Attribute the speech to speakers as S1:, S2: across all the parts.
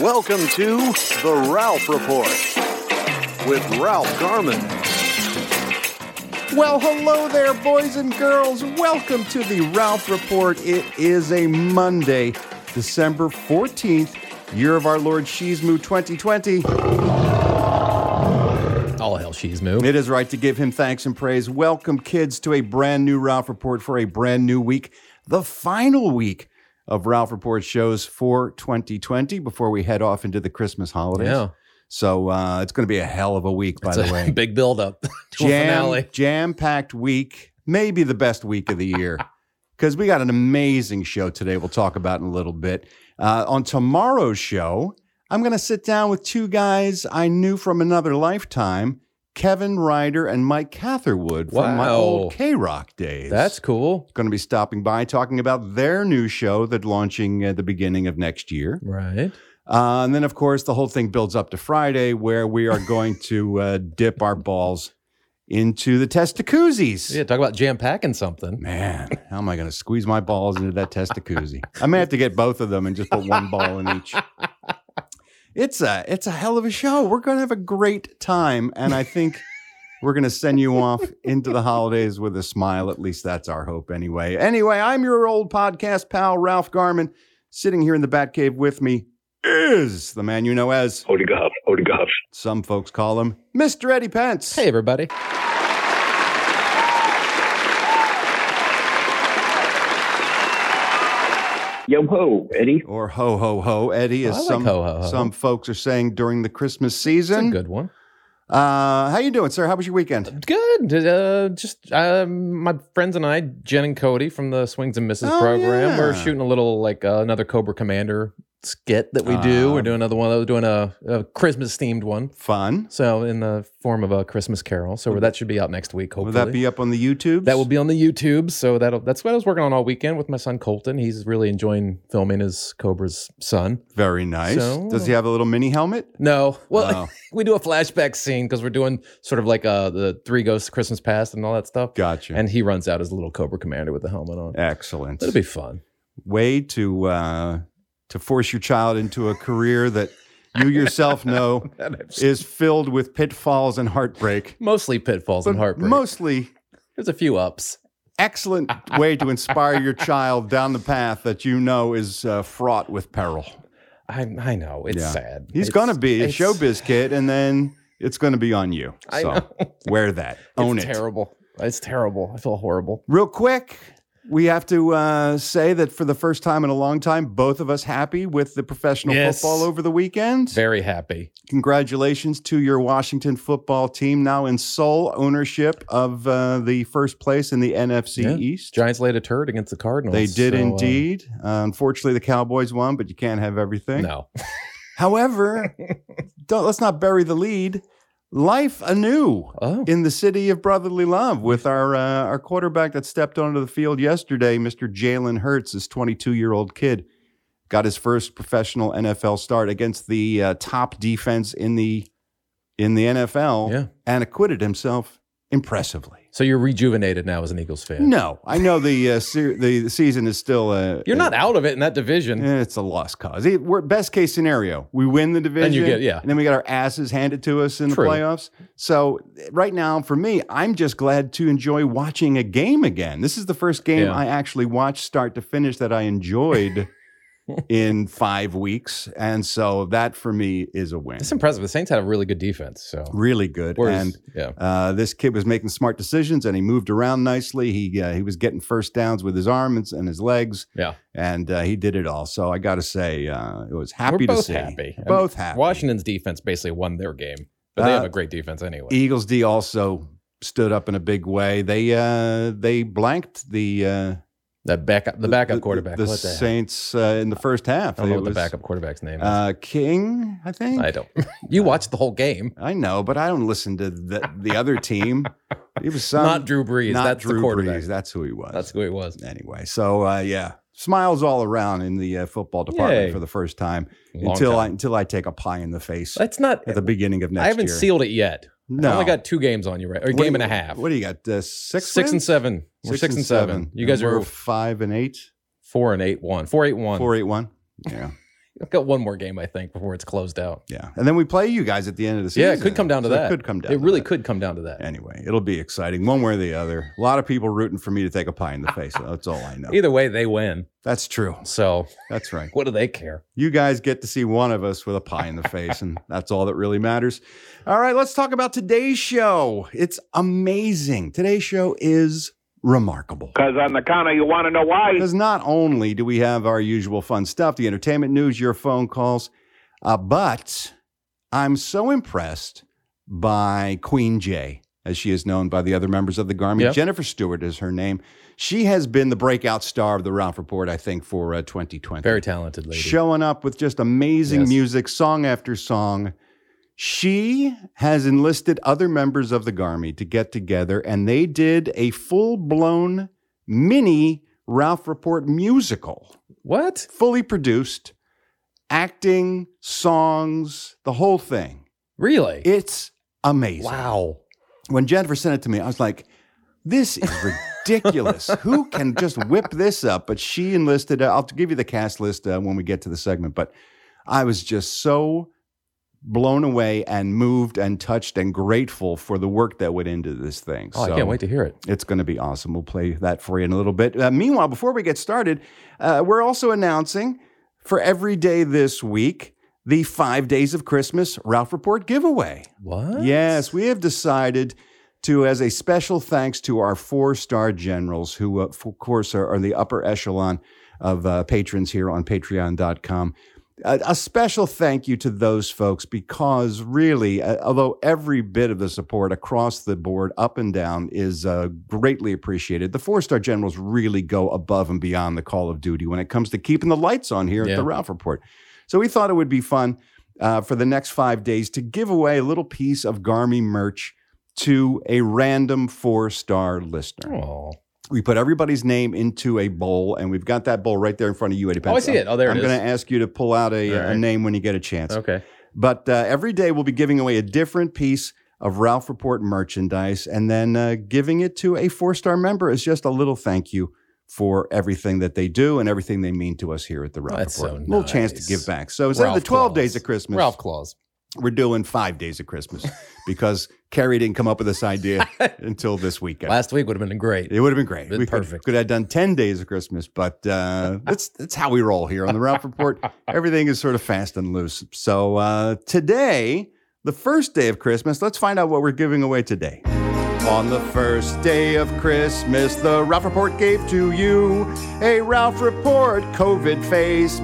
S1: Welcome to The Ralph Report with Ralph Garman.
S2: Well, hello there, boys and girls. Welcome to the Ralph Report. It is a Monday, December 14th, year of our Lord Shizmu 2020.
S3: All hell she's moved.
S2: It is right to give him thanks and praise. Welcome, kids, to a brand new Ralph Report for a brand new week, the final week of Ralph Report shows for 2020 before we head off into the Christmas holidays.
S3: Yeah.
S2: So uh, it's going to be a hell of a week, by
S3: It's
S2: the
S3: a
S2: way.
S3: big build up to a finale.
S2: jam packed week, maybe the best week of the year. Because we got an amazing show today, we'll talk about in a little bit. Uh, on tomorrow's show, I'm going to sit down with two guys I knew from another lifetime Kevin Ryder and Mike Catherwood from my
S3: Wow.
S2: old K Rock days.
S3: That's cool.
S2: going to be stopping by talking about their new show that's launching at the beginning of next year.
S3: Right.
S2: Uh, and then, of course, the whole thing builds up to Friday, where we are going to uh, dip our balls into the testacuzis.
S3: Yeah, talk about jam packing something.
S2: Man, how am I going to squeeze my balls into that testacuzzi? I may have to get both of them and just put one ball in each. It's a it's a hell of a show. We're going to have a great time, and I think we're going to send you off into the holidays with a smile. At least that's our hope, anyway. Anyway, I'm your old podcast pal Ralph Garman, sitting here in the Batcave with me is the man you know as
S4: Holy God, holy God.
S2: some folks call him Mr. Eddie Pence.
S3: Hey, everybody.
S4: Yo ho, Eddie.
S2: Or ho ho ho Eddie,
S3: Oh,
S2: as
S3: I like
S2: some
S3: ho, ho, ho.
S2: some folks are saying during the Christmas
S3: It's a
S2: season.
S3: good one.
S2: Uh, how you doing, sir? How was your weekend?
S3: Good. Uh, just uh, my friends and I, Jen and Cody from the Swings and Misses
S2: Oh,
S3: program, we're
S2: yeah.
S3: shooting a little like uh, another Cobra Commander skit that we
S2: Ah.
S3: do. We're doing another one. We're doing a, a Christmas themed one.
S2: Fun.
S3: So in the form of a Christmas Carol. So that should be out next week.
S2: Will
S3: Hopefully,
S2: that be up on the YouTube?
S3: That will be on the YouTube. So that'll that's what I was working on all weekend with my son Colton. He's really enjoying filming his Cobra's son.
S2: very nice.
S3: So-
S2: Does he have a little mini helmet?
S3: No, well,
S2: Oh.
S3: we do a flashback scene because we're doing sort of like uh the three ghosts Christmas past and all that stuff.
S2: Gotcha.
S3: And he runs out as a little Cobra Commander with the helmet on.
S2: Excellent.
S3: It'll be fun.
S2: Way to uh, to force your child into a career that you yourself know is filled with pitfalls and heartbreak.
S3: Mostly pitfalls and
S2: But
S3: heartbreak.
S2: Mostly
S3: There's a few ups.
S2: excellent way to inspire your child down the path that you know is uh, fraught with peril.
S3: I I know it's
S2: Yeah.
S3: sad.
S2: He's
S3: It's-
S2: going to be a
S3: it's-
S2: showbiz kid, and then it's going to be on you.
S3: I
S2: so
S3: know.
S2: wear that,
S3: It's
S2: own it.
S3: terrible. It's terrible. I feel horrible.
S2: Real quick, we have to uh, say that for the first time in a long time, both of us happy with the professional
S3: Yes.
S2: football over the weekend.
S3: Very happy.
S2: Congratulations to your Washington football team, now in sole ownership of uh, the first place in the NFC
S3: Yeah.
S2: East.
S3: Giants laid a turd against the Cardinals.
S2: They did
S3: so, uh,
S2: indeed. Uh, unfortunately, the Cowboys won, but you can't have everything.
S3: no.
S2: However, don't, let's not bury the lead. Life anew
S3: Oh.
S2: in the city of brotherly love with our uh, our quarterback that stepped onto the field yesterday, Mr. Jalen Hurts, this 22 year old kid, got his first professional NFL start against the uh, top defense in the in the NFL,
S3: Yeah.
S2: and acquitted himself impressively.
S3: So you're rejuvenated now as an Eagles fan.
S2: No, I know the uh, se- the, the season is still uh,
S3: You're not
S2: uh,
S3: out of it in that division.
S2: eh, It's a lost cause. It- we're best case scenario, we win the division,
S3: get- yeah.
S2: and then we got our asses handed to us in
S3: True.
S2: the playoffs. So right now, for me, I'm just glad to enjoy watching a game again. This is the first game
S3: Yeah.
S2: I actually watched start to finish that I enjoyed in five weeks, and so that for me is a win.
S3: It's impressive. The Saints had a really good defense. So
S2: really good,
S3: Whereas-
S2: and
S3: yeah.
S2: uh, this kid was making smart decisions and he moved around nicely. He uh, he was getting first downs with his arms and his legs.
S3: Yeah.
S2: and uh, he did it all. So I got to say, uh, it was happy
S3: We're
S2: to
S3: both
S2: see.
S3: happy. I
S2: Both
S3: mean,
S2: happy.
S3: Washington's defense basically won their game. But they
S2: Uh,
S3: have a great defense anyway.
S2: Eagles D also stood up in a big way. They uh, they blanked the uh,
S3: That back the backup quarterback.
S2: The,
S3: what the heck?
S2: Saints uh, in the first half.
S3: I don't know
S2: it
S3: what
S2: was,
S3: the backup quarterback's name is.
S2: Uh, King, I think.
S3: I don't. you watched the whole game,
S2: I know, but I don't listen to the, the other team. It was some,
S3: not Drew Brees.
S2: not
S3: That's
S2: Drew
S3: the quarterback.
S2: Brees. That's who he was.
S3: That's who it was.
S2: anyway. So uh, yeah, smiles all around in the uh, football department
S3: Yay.
S2: for the first time
S3: Long
S2: until I
S3: time.
S2: until I take a pie in the face
S3: That's not.
S2: at the beginning of next year.
S3: I haven't sealed it yet.
S2: No,
S3: I only got two games on you, right? Or a
S2: What-
S3: game and a half.
S2: What do you got? Uh, six,
S3: six and
S2: wins?
S3: seven. We're six, and seven. You guys
S2: And
S3: are
S2: we're five and eight,
S3: four and eight one. Four eight one.
S2: four eight one. Yeah,
S3: I've got one more game, I think, before it's closed out.
S2: yeah. And then we play you guys at the end of the season.
S3: Yeah, it could come down to
S2: So
S3: that.
S2: It could come down.
S3: It
S2: to
S3: really
S2: that.
S3: could come down to that.
S2: Anyway, it'll be exciting one way or the other. A lot of people rooting for me to take a pie in the face. That's all I know.
S3: Either way, they win.
S2: That's true.
S3: So
S2: That's right.
S3: what do they care?
S2: You guys get to see one of us with a pie in the face, and that's all that really matters. All right, let's talk about today's show. It's amazing. Today's show is remarkable.
S4: Because on the counter, you want to know why?
S2: Because not only do we have our usual fun stuff, the entertainment news, your phone calls, uh, but I'm so impressed by Queen J, as she is known by the other members of the Garmy.
S3: Yep.
S2: Jennifer Stewart is her name. She has been the breakout star of the Ralph Report, I think, for uh, 2020
S3: Very talented lady.
S2: showing up with just amazing
S3: Yes.
S2: music, song after song. She has enlisted other members of the Garmy to get together, and they did a full blown mini Ralph Report musical,
S3: what?
S2: fully produced, acting, songs, the whole thing.
S3: Really?
S2: It's amazing.
S3: wow.
S2: When Jennifer sent it to me, I was like, this is ridiculous. Who can just whip this up? But she enlisted, I'll give you the cast list uh, when we get to the segment, but I was just so blown away and moved and touched and grateful for the work that went into this thing.
S3: Oh, I can't wait to hear it.
S2: It's going to be awesome. We'll play that for you in a little bit. Uh, meanwhile, before we get started, uh, we're also announcing for every day this week the five days of Christmas Ralph Report giveaway.
S3: What?
S2: Yes, we have decided to, as a special thanks to our four star generals, who, uh, of course, are, are the upper echelon of uh, patrons here on patreon.com. A, a special thank you to those folks because, really, uh, although every bit of the support across the board, up and down, is uh, greatly appreciated, the four star generals really go above and beyond the call of duty when it comes to keeping the lights on here at
S3: Yeah.
S2: the Ralph Report. So we thought it would be fun uh, for the next five days to give away a little piece of Garmy merch to a random four star listener.
S3: Oh.
S2: We put everybody's name into a bowl, and we've got that bowl right there in front of you, Eddie.
S3: Oh, I
S2: Pence.
S3: see it. Oh, there it
S2: I'm
S3: is.
S2: going to ask you to pull out a,
S3: All
S2: a
S3: right.
S2: name when you get a chance.
S3: Okay.
S2: But uh, every day we'll be giving away a different piece of Ralph Report merchandise and then uh, giving it to a four star member as just a little thank you for everything that they do and everything they mean to us here at the Ralph
S3: That's
S2: Report.
S3: so
S2: little chance to
S3: nice.
S2: give back. So instead of
S3: Ralph
S2: the 12
S3: Claus.
S2: days of Christmas,
S3: Ralph Claus.
S2: we're doing five days of Christmas because Carrie didn't come up with this idea until this weekend.
S3: Last week would have been great.
S2: It would have been great.
S3: Been
S2: we could-
S3: perfect.
S2: Could, have done ten days of Christmas, but uh, that's that's how we roll here on the Ralph Report. Everything is sort of fast and loose. So uh, today, the first day of Christmas, let's find out what we're giving away today. On the first day of Christmas, the Ralph Report gave to you a Ralph Report COVID face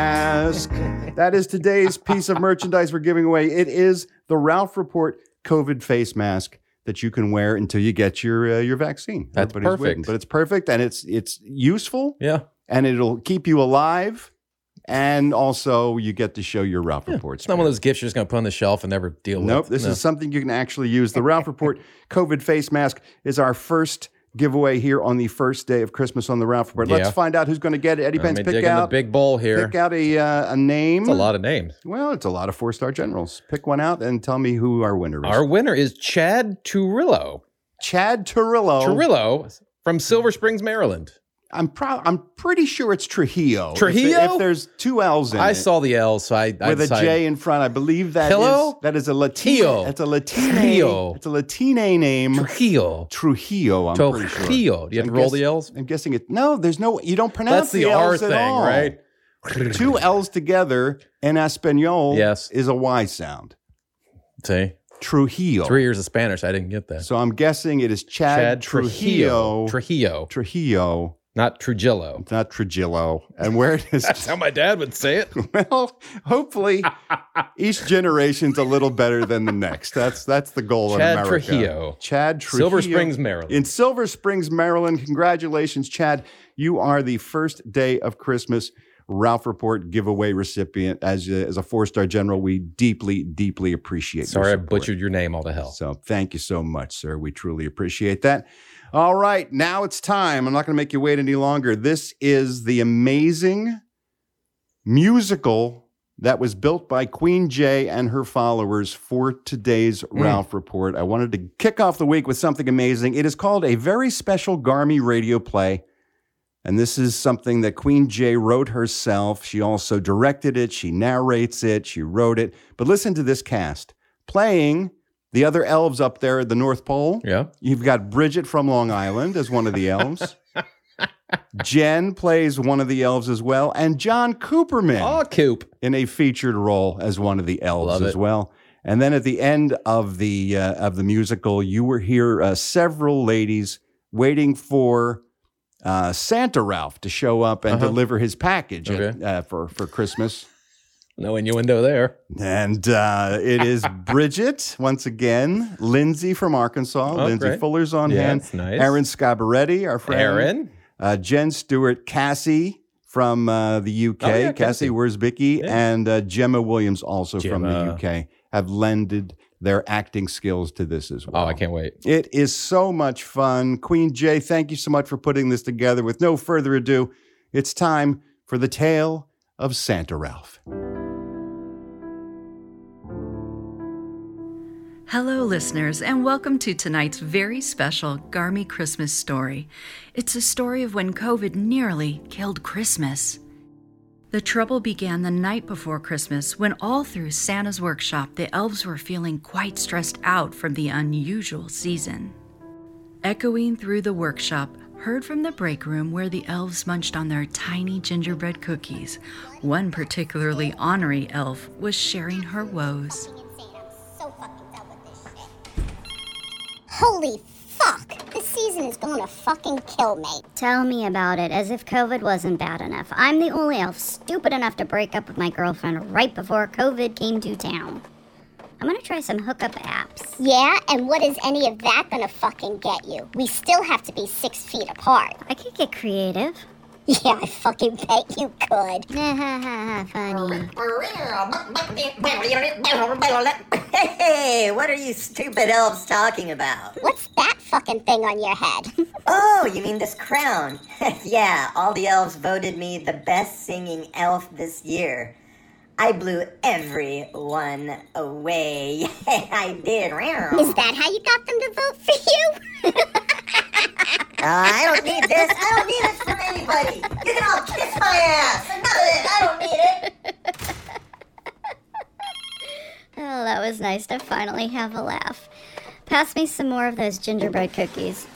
S2: mask. that is today's piece of merchandise we're giving away. It is the Ralph Report COVID face mask that you can wear until you get your uh, your vaccine.
S3: That's perfect.
S2: but it's perfect and it's it's useful
S3: Yeah.
S2: and it'll keep you alive. And also, you get to show your Ralph Report.
S3: It's not one of those gifts you're just going to put on the shelf and never deal
S2: Nope,
S3: with.
S2: this is something you can actually use. The Ralph Report COVID face mask is our first giveaway here on the first day of Christmas on the Ralph Report. Let's
S3: Yeah.
S2: find out who's going to get it. Eddie
S3: Let
S2: Pence,
S3: me
S2: pick
S3: dig in the
S2: out,
S3: big bowl here.
S2: pick out a uh, a name.
S3: It's a lot of names.
S2: Well, it's a lot of four star generals. Pick one out and tell me who our winner is.
S3: Our winner is Chad Turillo.
S2: Chad Turillo.
S3: Turillo from Silver Springs, Maryland.
S2: I'm pro- I'm pretty sure it's Trujillo. If- If,
S3: Trujillo?
S2: there's two L's in
S3: I
S2: it.
S3: saw the L, so I I
S2: with a
S3: decided-
S2: J in front. I believe that is
S3: Hello?
S2: that is a Latino.
S3: Tio.
S2: It's a Latino.
S3: Trio.
S2: It's a Latina name.
S3: Trujillo.
S2: Trujillo. I'm pretty sure.
S3: Trujillo. Oh, Do you have to
S2: I'm
S3: roll
S2: guess-
S3: the L's?
S2: I'm guessing it. No, there's no. You don't pronounce
S3: That's the, R
S2: L's at
S3: thing,
S2: all.
S3: right?
S2: Two L's together in Espanol
S3: Yes.
S2: is a Y sound.
S3: See,
S2: Trujillo.
S3: three years of Spanish. I didn't get that.
S2: So I'm guessing it is Chad,
S3: Chad
S2: Trujillo.
S3: Trujillo. Trujillo,
S2: Trujillo,
S3: not Trujillo.
S2: not Trujillo. And where it is.
S3: That's how my dad would say it.
S2: well, hopefully, each generation's a little better than the next. That's that's the goal in
S3: Chad
S2: America.
S3: Trujillo.
S2: Chad Trujillo.
S3: Silver Springs, Maryland.
S2: In Silver Springs, Maryland. Congratulations, Chad. You are the first day of Christmas Ralph Report giveaway recipient. As a, as a four star general, we deeply, deeply appreciate. your
S3: Sorry, I
S2: support.
S3: butchered your name all to hell.
S2: So thank you so much, sir. We truly appreciate that. All right, now it's time. I'm not going to make you wait any longer. This is the amazing musical that was built by Queen Jay and her followers for today's Ralph Report. I wanted to kick off the week with something amazing. It is called A Very Special Garmy Radio Play. And this is something that Queen Jay wrote herself. She also directed it, she narrates it, she wrote it. But listen to this cast playing the other elves up there at the North Pole.
S3: Yeah.
S2: You've got Bridget from Long Island as one of the elves. Jen plays one of the elves as well, and John Cooperman
S3: Oh, Coop.
S2: in a featured role as one of the elves
S3: Love
S2: as
S3: it.
S2: well. And then at the end of the uh, of the musical, you were here uh, several ladies waiting for uh, Santa Ralph to show up and
S3: Uh-huh.
S2: deliver his package at-
S3: Okay.
S2: uh, for for Christmas.
S3: No innuendo there.
S2: And uh, it is Bridget once again, Lindsay from Arkansas,
S3: Oh,
S2: Lindsay
S3: great.
S2: Fuller's on
S3: yeah,
S2: hand,
S3: that's nice.
S2: Aaron Scabaretti, our friend,
S3: Aaron.
S2: uh, Jen Stewart, Cassie from uh, the UK,
S3: Oh, yeah,
S2: Cassie.
S3: Cassie.
S2: Where's Vicky,
S3: Yeah.
S2: and uh, Gemma Williams, also
S3: Gemma.
S2: from the UK, have lended their acting skills to this as well.
S3: Oh, I can't wait.
S2: It is so much fun. Queen Jay, thank you so much for putting this together. With no further ado, it's time for the tale of Santa Ralph.
S5: Hello, listeners, and welcome to tonight's very special Garmy Christmas story. It's a story of when COVID nearly killed Christmas. The trouble began the night before Christmas when, all through Santa's workshop, the elves were feeling quite stressed out from the unusual season. Echoing through the workshop, heard from the break room where the elves munched on their tiny gingerbread cookies, one particularly ornery elf was sharing her woes.
S6: Holy fuck! This season is gonna fucking kill me.
S7: Tell me about it, as if COVID wasn't bad enough. I'm the only elf stupid enough to break up with my girlfriend right before COVID came to town. I'm gonna try some hookup apps.
S6: Yeah, and what is any of that gonna fucking get you? We still have to be six feet apart.
S7: I could get creative.
S6: Yeah, I fucking bet you could.
S7: Ha ha ha ha, funny.
S8: Hey, what are you stupid elves talking about?
S6: What's that fucking thing on your head?
S8: Oh, you mean this crown? yeah, all the elves voted me the best singing elf this year. I blew everyone away. I did.
S6: is that how you got them to vote for you?
S8: Uh, I don't need this. I don't need this from anybody. You can all kiss my ass. Enough of it. I don't need it.
S7: Oh, that was nice to finally have a laugh. Pass me some more of those gingerbread cookies.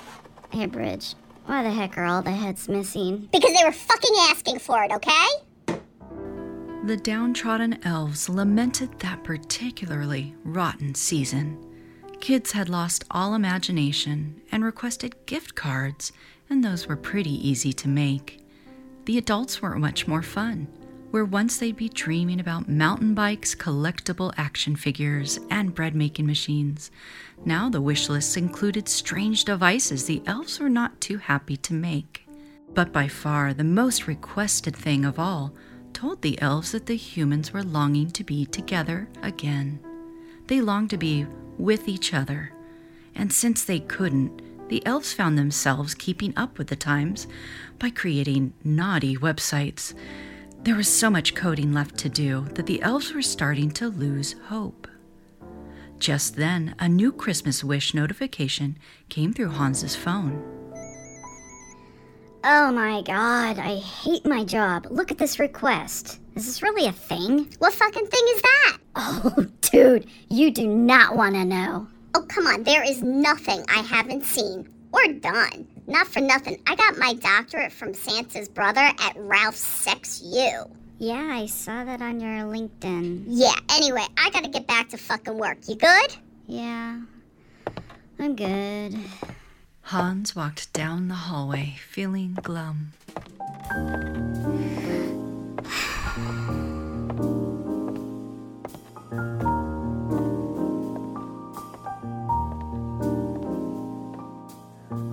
S7: Hey, Bridge, why the heck are all the heads missing?
S6: because they were fucking asking for it, okay?
S5: The downtrodden elves lamented that particularly rotten season. Kids had lost all imagination and requested gift cards, and those were pretty easy to make. The adults were much more fun, where once they'd be dreaming about mountain bikes, collectible action figures, and bread making machines. Now the wish lists included strange devices the elves were not too happy to make. But by far the most requested thing of all told the elves that the humans were longing to be together again. They longed to be with each other. And since they couldn't, the elves found themselves keeping up with the times by creating naughty websites. There was so much coding left to do that the elves were starting to lose hope. Just then, a new Christmas wish notification came through Hans's phone.
S7: Oh my god, I hate my job. Look at this request. Is this really a thing?
S6: What fucking thing is that?
S7: Oh, dude, you do not want to know.
S6: Oh, come on. There is nothing I haven't seen or done. Not for nothing. I got my doctorate from Santa's brother at Ralph Sex U.
S7: Yeah, I saw that on your LinkedIn.
S6: Yeah, anyway, I gotta get back to fucking work. You good?
S7: Yeah, I'm good.
S5: Hans walked down the hallway, feeling glum.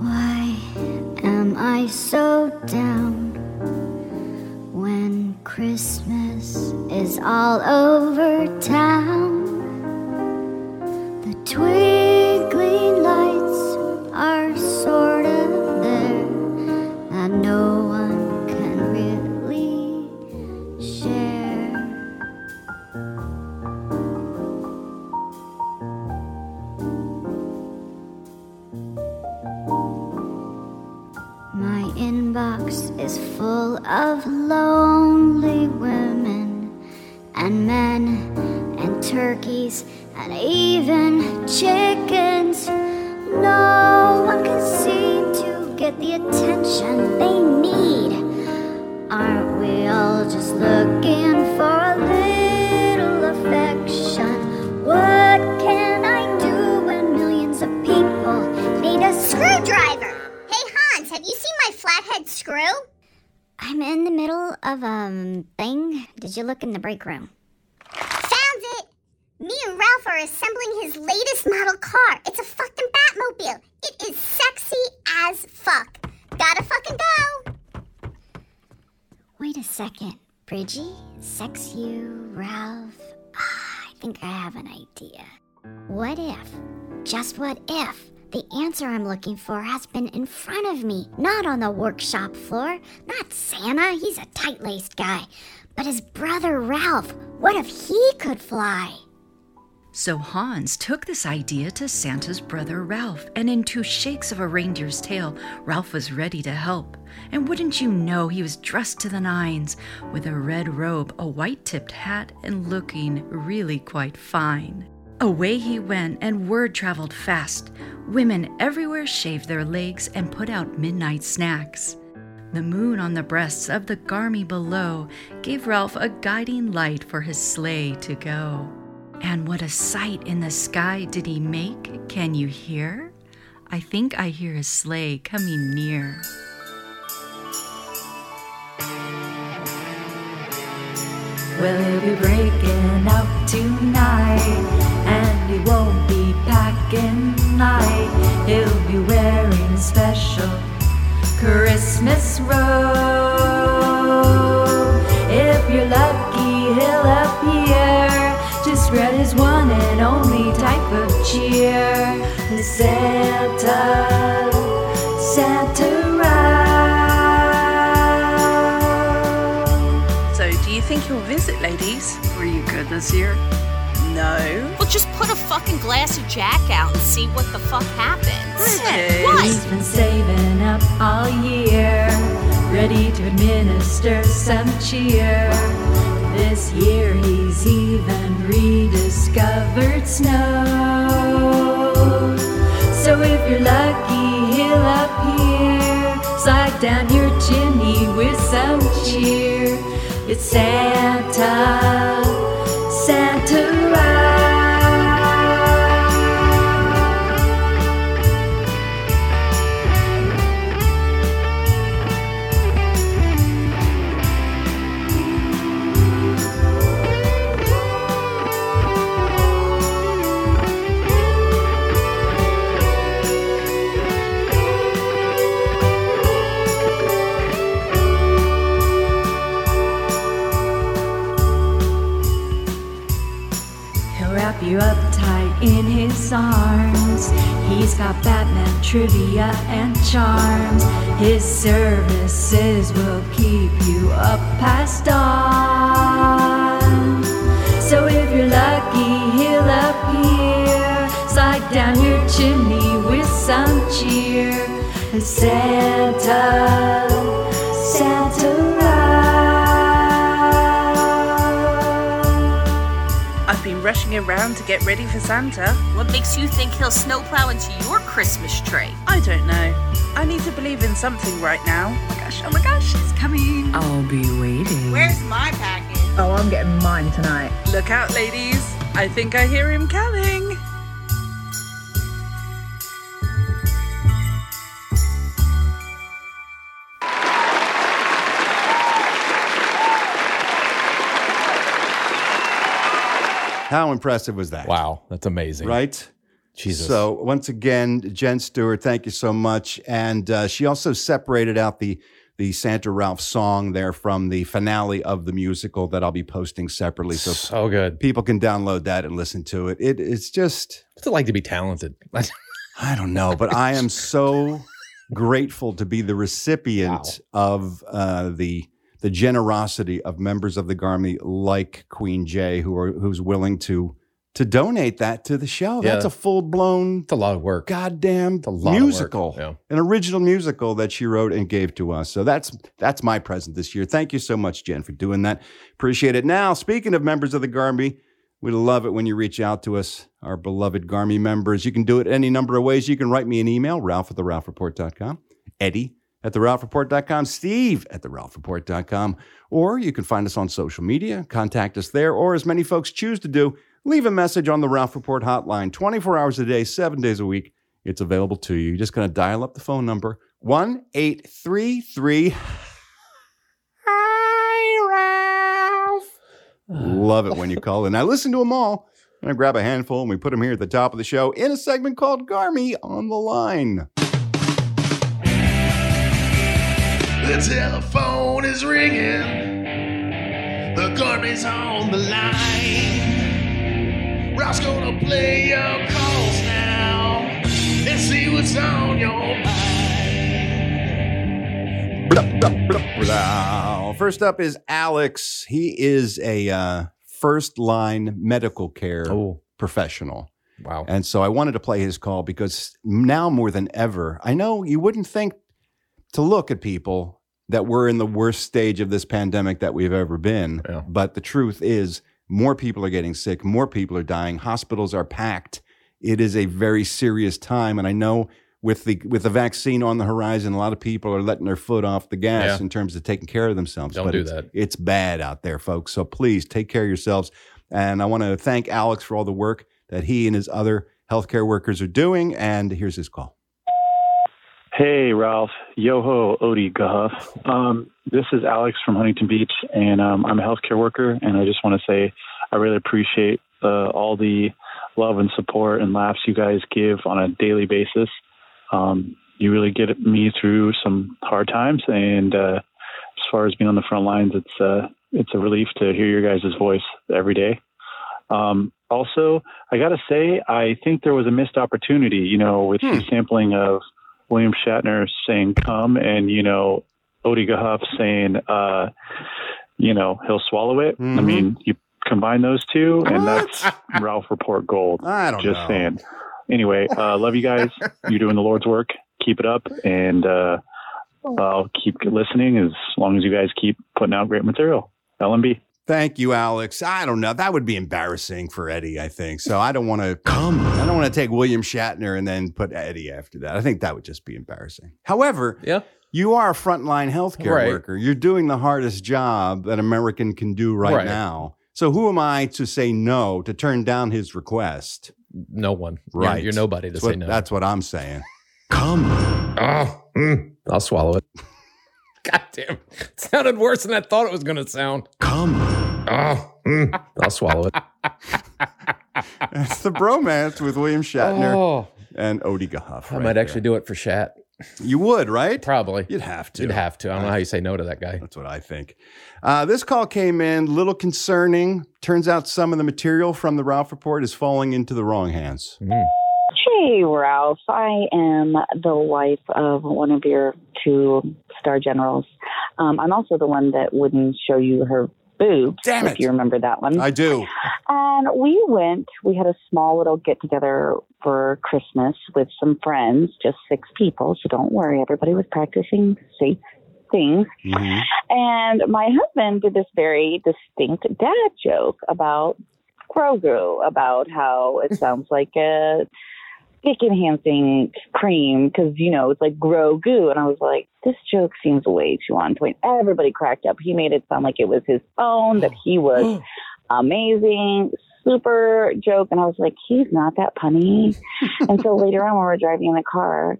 S7: Why am I so
S9: down when Christmas is all over town. The twinkling lights are sort of there, and no one can really share. My inbox is full of lonely women and men and turkeys and even chickens. No one can seem to get the attention they need. Aren't we all just looking for a little affection? What can I do when millions of people need a
S6: Screwdriver! Hey Hans, have you seen my flathead screw?
S9: I'm in the middle of um thing. Did you look in the break room?
S6: Found it! Me and Ralph are assembling his latest model car. It's a fucking Batmobile. It is sexy as fuck. Gotta fucking go!
S9: Wait a second, Bridgie, sex you, Ralph. Ah, I think I have an idea. What if? Just what if? The answer I'm looking for has been in front of me, not on the workshop floor, not Santa, he's a tight laced guy, but his brother Ralph. What if he could fly?
S10: So Hans took this idea to Santa's brother Ralph, and in two shakes of a reindeer's tail, Ralph was ready to help. And wouldn't you know, he was dressed to the nines with a red robe, a white tipped hat, and looking really quite fine. Away he went, and word traveled fast. Women everywhere shaved their legs and put out midnight snacks. The moon on the breasts of the Garmy below gave Ralph a guiding light for his sleigh to go. And what a sight in the sky did he make? Can you hear? I think I hear his sleigh coming near. Well, he'll be breaking out tonight, and he won't be packing light. He'll be wearing special Christmas robe. If you're lucky, he'll appear to spread his one and only type of cheer. Santa, Santa
S11: So, do you think you'll visit, ladies?
S12: Oh,
S11: Were you good this year? No.
S13: Well, just put a fucking glass of Jack out and see what the fuck happens.
S11: Bridget.
S13: What?
S10: been saving up all year, ready to administer some cheer. This year he's even rediscovered snow. So if you're lucky, he'll appear. Slide down your chimney with some cheer. It's Santa, Santa Ride. He'll wrap you up tight in his arms. He's got Batman trivia and charms. His services will keep you up past dawn. So if you're lucky, he'll appear. Slide down your chimney with some cheer. Santa, Santa arrived.
S11: I've been rushing around to get ready for Santa.
S13: What makes you think he'll snowplow into your Christmas tree?
S11: I don't know. I need to believe in something right now. Oh my gosh, oh my gosh, he's coming.
S10: I'll be waiting.
S13: Where's my package?
S12: Oh, I'm getting mine tonight.
S11: Look out, ladies. I think I hear him coming.
S2: How impressive was that?
S14: Wow, that's amazing.
S2: Right?
S14: Jesus.
S2: So once again, Jen Stewart, thank you so much. And uh, she also separated out the the Santa Ralph song there from the finale of the musical that I'll be posting separately. So,
S3: So good.
S2: people can download that and listen to it. It it's just
S3: What's it like to be talented?
S2: I don't know, but I am so grateful to be the recipient of uh, the the generosity of members of the Garmy like Queen Jay who are who's willing to to donate that to the show. That's
S3: Yeah.
S2: a full blown
S3: It's a lot of work.
S2: goddamn
S3: It's a lot of work.
S2: musical.
S3: Yeah.
S2: An original musical that she wrote and gave to us. So that's that's my present this year. Thank you so much, Jen, for doing that. Appreciate it. Now, speaking of members of the Garmy, we love it when you reach out to us, our beloved Garmy members. You can do it any number of ways. You can write me an email, Ralph at the RalphReport.com, Eddie at the RalphReport.com, Steve at the RalphReport.com, or you can find us on social media, contact us there, or as many folks choose to do, leave a message on the Ralph Report hotline 24 hours a day, seven days a week. It's available to you. You're just going to dial up the phone number 1 833. Love it when you call in. I listen to them all. And I grab a handful and we put them here at the top of the show in a segment called Garmy on the Line.
S15: The telephone is ringing. The garbage on the line. Ralph's gonna play your calls now and see what's on your mind.
S2: Wow. First up is Alex. He is a uh, first line medical care
S3: Oh,
S2: professional.
S3: wow.
S2: And so I wanted to play his call because now more than ever, I know you wouldn't think to look at people that we're in the worst stage of this pandemic that we've ever been.
S3: Yeah.
S2: But the truth is, more people are getting sick, more people are dying, hospitals are packed. It is a very serious time. And I know with the with the vaccine on the horizon, a lot of people are letting their foot off the gas
S3: Yeah.
S2: in terms of taking care of themselves.
S3: Don't
S2: but
S3: do
S2: it's-
S3: that.
S2: It's bad out there, folks. So please take care of yourselves. And I want to thank Alex for all the work that he and his other healthcare workers are doing. And here's his call.
S16: Hey, Ralph. Yo ho, Odie Gahuff. Um, this is Alex from Huntington Beach, and um, I'm a healthcare worker. And I just want to say I really appreciate uh, all the love and support and laughs you guys give on a daily basis. Um, you really get me through some hard times, and uh, as far as being on the front lines, it's uh, it's a relief to hear your guys' voice every day. Um, also, I gotta say, I think there was a missed opportunity, you know, with the sampling of William Shatner saying "come" and you know Odie Gahuff saying, uh, you know, he'll swallow it. I
S2: Mhm.
S16: mean, you combine those two, and that's Ralph Report Gold.
S2: I don't
S16: Just
S2: know.
S16: saying. Anyway, uh, love you guys. You're doing the Lord's work. Keep it up, and uh, I'll keep listening as long as you guys keep putting out great material. LMB.
S2: Thank you, Alex. I don't know. That would be embarrassing for Eddie, I think. So I don't want to come. I don't want to take William Shatner and then put Eddie after that. I think that would just be embarrassing. However,
S3: Yeah.
S2: you are a frontline healthcare
S3: Right.
S2: worker. You're doing the hardest job that American can do right,
S3: Right.
S2: now. So who am I to say no, to turn down his request?
S3: No one. You're-
S2: Right.
S3: You're, nobody to
S2: That's
S3: say
S2: what,
S3: no.
S2: that's what I'm saying.
S3: Oh, mm, I'll swallow it. God damn. It sounded worse than I thought it was going to sound. Come. Oh, mm, I'll swallow it.
S2: That's the bromance with William Shatner
S3: Oh,
S2: and Odie Gahuff.
S3: I
S2: right
S3: might
S2: there.
S3: actually do it for Shat.
S2: You would, right?
S3: Probably.
S2: You'd have to.
S3: You'd have to. I don't know how you say no to that guy.
S2: That's what I think. Uh, this call came in a little concerning. Turns out some of the material from the Ralph Report is falling into the wrong hands.
S3: Mm.
S17: Hey, Ralph. I am the wife of one of your two star generals. Um, I'm also the one that wouldn't show you her boobs,
S2: Damn
S17: if
S2: it.
S17: you remember that one.
S2: I do.
S17: And we went, we had a small little get together for Christmas with some friends, just six people. So don't worry, everybody was practicing safe things.
S15: Mm-hmm.
S2: Mhm.
S17: And my husband did this very distinct dad joke about Grogu, about how it sounds like a dick enhancing cream because, you know, it's like Grogu. And I was like, this joke seems way too on point. Everybody cracked up. He made it sound like it was his own, that he was amazing, super joke. And I was like, he's not that punny. and so later on, when we're driving in the car,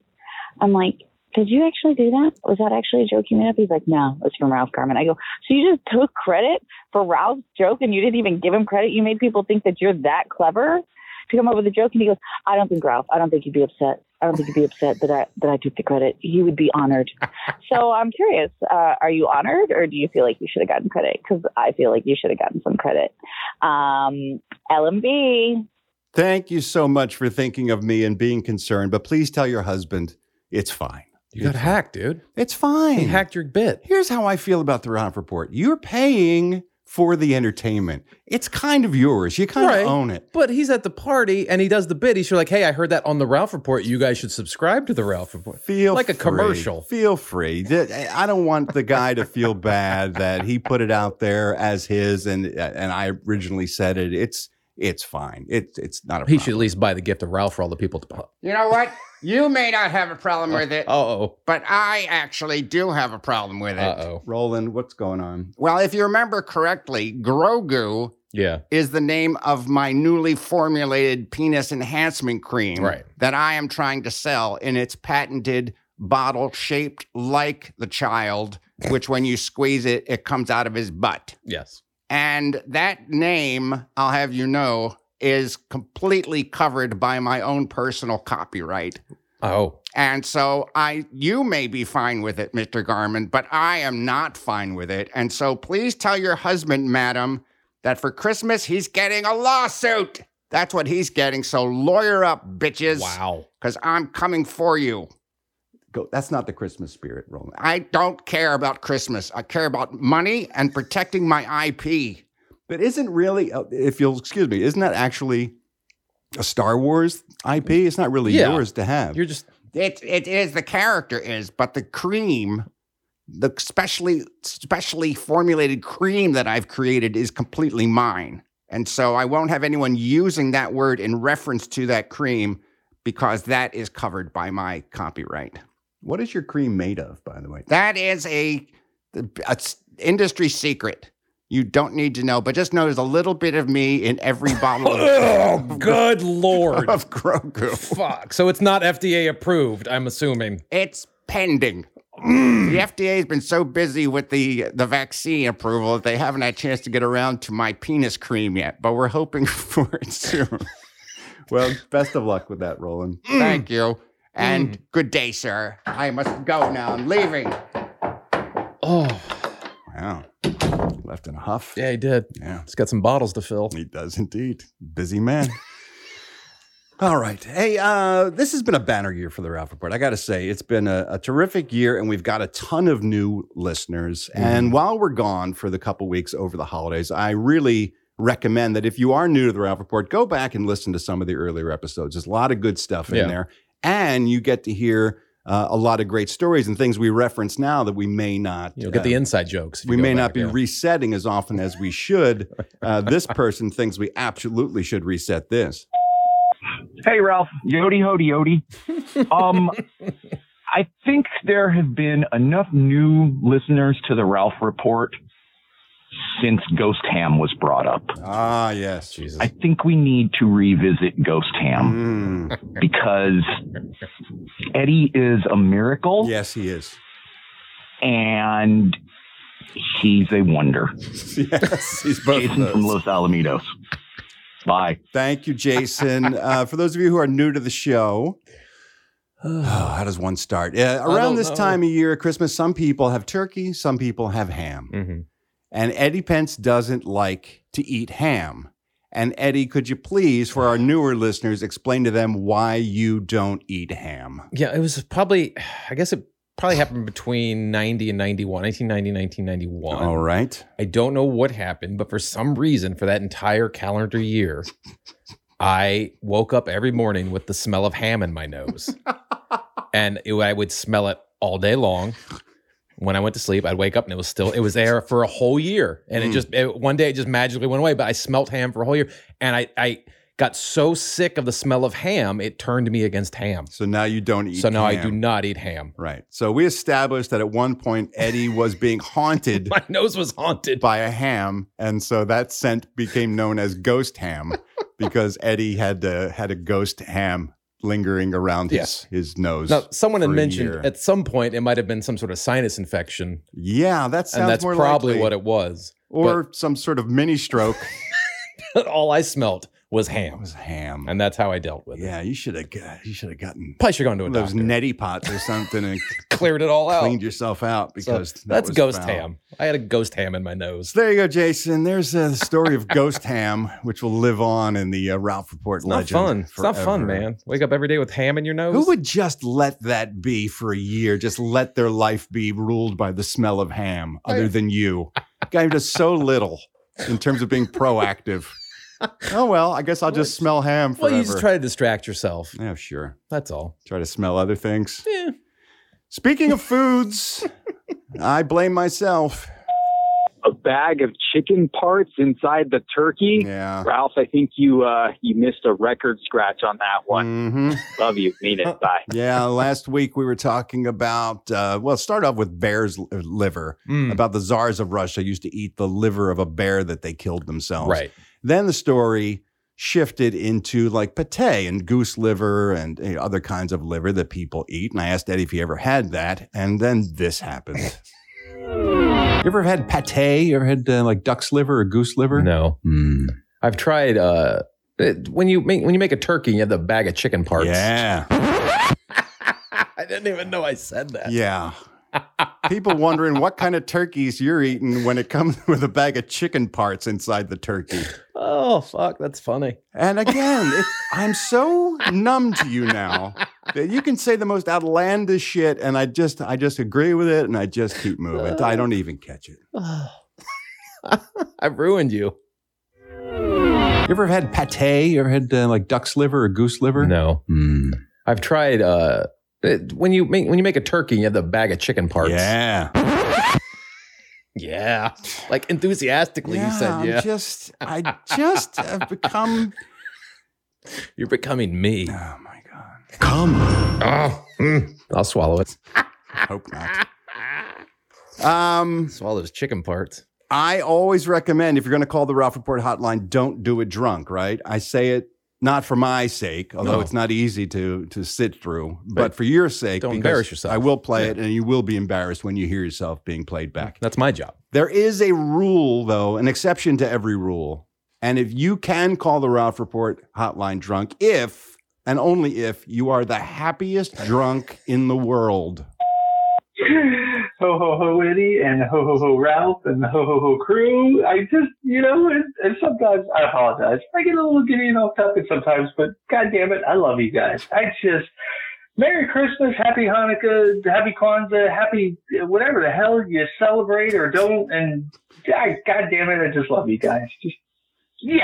S17: I'm like, did you actually do that? Was that actually a joke you made up? He's like, no, it's from Ralph Garman. I go, so you just took credit for Ralph's joke and you didn't even give him credit. You made people think that you're that clever. to come up with a joke, and he goes, "I don't think Ralph. I don't think he'd be upset. I don't think he'd be upset that I that I took the credit. He would be honored." so I'm curious, uh, are you honored, or do you feel like you should have gotten credit? Because I feel like you should have gotten some credit. Um, LMB.
S2: Thank you so much for thinking of me and being concerned, but please tell your husband it's fine.
S3: You got hacked, dude.
S2: It's fine.
S3: He hacked your bit.
S2: Here's how I feel about the Ralph Report. You're paying for the entertainment. It's kind of yours. You kind
S3: Right.
S2: of own it.
S3: But he's at the party and he does the bit. He's sure like, hey, I heard that on the Ralph Report. You guys should subscribe to the Ralph Report.
S2: Feel
S3: like a
S2: free.
S3: commercial.
S2: Feel free. Th- I don't want the guy to feel bad that he put it out there as his, and and I originally said it. It's it's fine. It, it's not a.
S3: He should at least buy the gift of Ralph for all the people to pop.
S18: You know what? You may not have a problem with it,
S3: Oh,
S18: but I actually do have a problem with it.
S3: Uh-oh.
S2: Roland, what's going on?
S18: Well, if you remember correctly, Grogu
S3: yeah.
S18: is the name of my newly formulated penis enhancement cream
S3: Right.
S18: that I am trying to sell in its patented bottle shaped like the child, which when you squeeze it, it comes out of his butt.
S3: Yes.
S18: And that name, I'll have you know, is completely covered by my own personal copyright.
S3: Oh.
S18: And so I you may be fine with it, Mr. Garman, but I am not fine with it. And so please tell your husband, madam, that for Christmas he's getting a lawsuit. That's what he's getting. So lawyer up, bitches.
S3: Wow.
S18: Cuz I'm coming for you.
S2: Go. That's not the Christmas spirit, Roland.
S18: I don't care about Christmas. I care about money and protecting my IP.
S2: But isn't really, uh, if you'll excuse me, isn't that actually a Star Wars IP? It's not really
S18: Yeah.
S2: yours to have.
S3: You're just
S18: It it is the character is, but the cream, the specially specially formulated cream that I've created is completely mine. And so I won't have anyone using that word in reference to that cream because that is covered by my copyright.
S2: What is your cream made of, by the way?
S18: That is a, a s- industry secret. You don't need to know, but just know there's a little bit of me in every bottle
S3: Oh,
S18: of,
S3: good lord.
S18: of Grogu.
S3: Fuck. So it's not FDA approved, I'm assuming.
S18: It's pending.
S3: Mm.
S18: The FDA has been so busy with the the vaccine approval that they haven't had a chance to get around to my penis cream yet, but we're hoping for it soon. Mm.
S2: Well, best of luck with that, Roland.
S18: Thank you. And
S3: Mm.
S18: good day, sir. I must go now. I'm leaving.
S3: Oh.
S2: Wow. Left in a huff.
S3: Yeah, he did.
S2: Yeah.
S3: He's got some bottles to fill.
S2: He does indeed. Busy man. All right. Hey, uh, this has been a banner year for the Ralph Report. I got to say, it's been a, a terrific year, and we've got a ton of new listeners.
S3: Mm-hmm.
S2: And while we're gone for the couple weeks over the holidays, I really recommend that if you are new to the Ralph Report, go back and listen to some of the earlier episodes. There's a lot of good stuff in
S3: Yeah.
S2: there, and you get to hear uh, a lot of great stories and things we reference now that we may not
S3: You'll get
S2: uh,
S3: the inside jokes. if
S2: we
S3: you go
S2: may not
S3: back,
S2: be
S3: yeah.
S2: resetting as often as we should. Uh, this person thinks we absolutely should reset this.
S19: Hey, Ralph. Yodi, hody, yodi. Um, I think there have been enough new listeners to the Ralph Report since Ghost Ham was brought up.
S2: Ah, yes.
S3: Jesus.
S19: I think we need to revisit Ghost Ham
S2: Hmm.
S19: because Eddie is a miracle.
S2: Yes, he is.
S19: And he's a wonder.
S2: yes, he's both
S19: Jason from Los Alamitos. Bye.
S2: Thank you, Jason. uh, for those of you who are new to the show, oh, how does one start? Uh, around
S3: don't
S2: this
S3: know.
S2: time of year, Christmas, some people have turkey, some people have ham. And Eddie Pence doesn't like to eat ham. And Eddie, could you please, for our newer listeners, explain to them why you don't eat ham?
S3: Yeah, it was probably, I guess it probably happened between 90 and 91, 1990, 1991.
S2: All right.
S3: I don't know what happened, but for some reason, for that entire calendar year, I woke up every morning with the smell of ham in my nose. and it- I would smell it all day long. When I went to sleep, I'd wake up and it was still, it was there for a whole year. And it
S2: Mm.
S3: just, it, one day it just magically went away, but I smelt ham for a whole year. And I, I, Got so sick of the smell of ham, it turned me against ham.
S2: So now you don't eat
S3: So now I
S2: ham.
S3: do not eat ham.
S2: Right. So we established that at one point Eddie was being haunted.
S3: My nose was haunted
S2: by a ham, and so that scent became known as ghost ham because Eddie had uh, had a ghost ham lingering around his
S3: Yes.
S2: his nose.
S3: Now, someone had
S2: for a
S3: mentioned
S2: year.
S3: at some point it might have been some sort of sinus infection,
S2: yeah, that sounds
S3: and that's
S2: more
S3: probably
S2: likely.
S3: what it was.
S2: or some sort of mini stroke.
S3: But all I smelt was ham.
S2: was ham,
S3: and that's how I dealt with it.
S2: Yeah, you should have. You should have gotten
S3: Probably should have gone to a
S2: one of those
S3: doctor.
S2: neti pots or something and
S3: cleared it all out.
S2: cleaned yourself out
S3: So
S2: because that
S3: that's
S2: was
S3: ghost
S2: foul.
S3: ham. I had a ghost ham in my nose.
S2: So there you go, Jason. There's uh, the story of ghost ham, which will live on in the uh, Ralph Report
S3: It's not
S2: legend.
S3: fun. It's not fun,
S2: forever.
S3: man. Wake up every day with ham in your nose.
S2: Who would just let that be for a year? Just let their life be ruled by the smell of ham, other than you. Guy who does so little in terms of being proactive. Oh well, I guess I'll just smell ham forever.
S3: well, you just try to distract yourself.
S2: Yeah, sure.
S3: That's all.
S2: Try to smell other things.
S3: Yeah.
S2: Speaking of foods, I blame myself.
S20: a bag of chicken parts inside the turkey. Ralph, I think you uh, you missed a record scratch on that one. Love you, mean it. Bye.
S2: Yeah, last week we were talking about, uh, well, start off with bear's li- liver,
S3: Mm.
S2: about the czars of Russia used to eat the liver of a bear that they killed themselves.
S3: Right.
S2: Then the story shifted into like pate and goose liver and you know, other kinds of liver that people eat. And I asked Eddie if he ever had that. And then this happened. you ever had pate? You ever had uh, like duck's liver or goose liver?
S3: No.
S2: Hmm.
S3: I've tried. Uh, it- when you make when you make a turkey, you have the bag of chicken parts.
S2: Yeah.
S3: I didn't even know I said that.
S2: Yeah. People wondering what kind of turkeys you're eating when it comes with a bag of chicken parts inside the turkey.
S3: Oh fuck, that's funny.
S2: And again, it, I'm so numb to you now that you can say the most outlandish shit, and I just, I just agree with it, and I just keep moving. I don't even catch it.
S3: I ruined you.
S2: You ever had pate? You ever had uh, like duck's liver or goose liver? Hmm.
S3: No. I've tried. Uh, it- when you make when you make a turkey, you have the bag of chicken parts.
S2: Yeah.
S3: Yeah. Like enthusiastically, you said
S2: I'm
S3: yeah.
S2: just, I just have become.
S3: You're becoming me.
S2: Oh my
S3: god. Come. I'll swallow it.
S2: Hope not. Um,
S3: swallow those chicken parts.
S2: I always recommend if you're going to call the Ralph Report hotline, don't do it drunk, right? I say it not for my sake, although
S3: No.
S2: it's not easy to to sit through, but,
S3: But
S2: for your sake.
S3: don't
S2: because
S3: embarrass yourself.
S2: I will play it, and you will be embarrassed when you hear yourself being played back.
S3: That's my job.
S2: There is a rule, though, an exception to every rule. And if you can call the Ralph Report hotline drunk, if and only if you are the happiest drunk in the world.
S21: ho ho ho Eddie and ho ho ho Ralph and the ho ho ho crew. I just you know, and, and sometimes I apologize. I get a little giddy and off topic sometimes, but god damn it, I love you guys. I just Merry Christmas, Happy Hanukkah, Happy Kwanzaa, Happy whatever the hell you celebrate or don't. And I, god damn it, I just love you guys. Just yeah.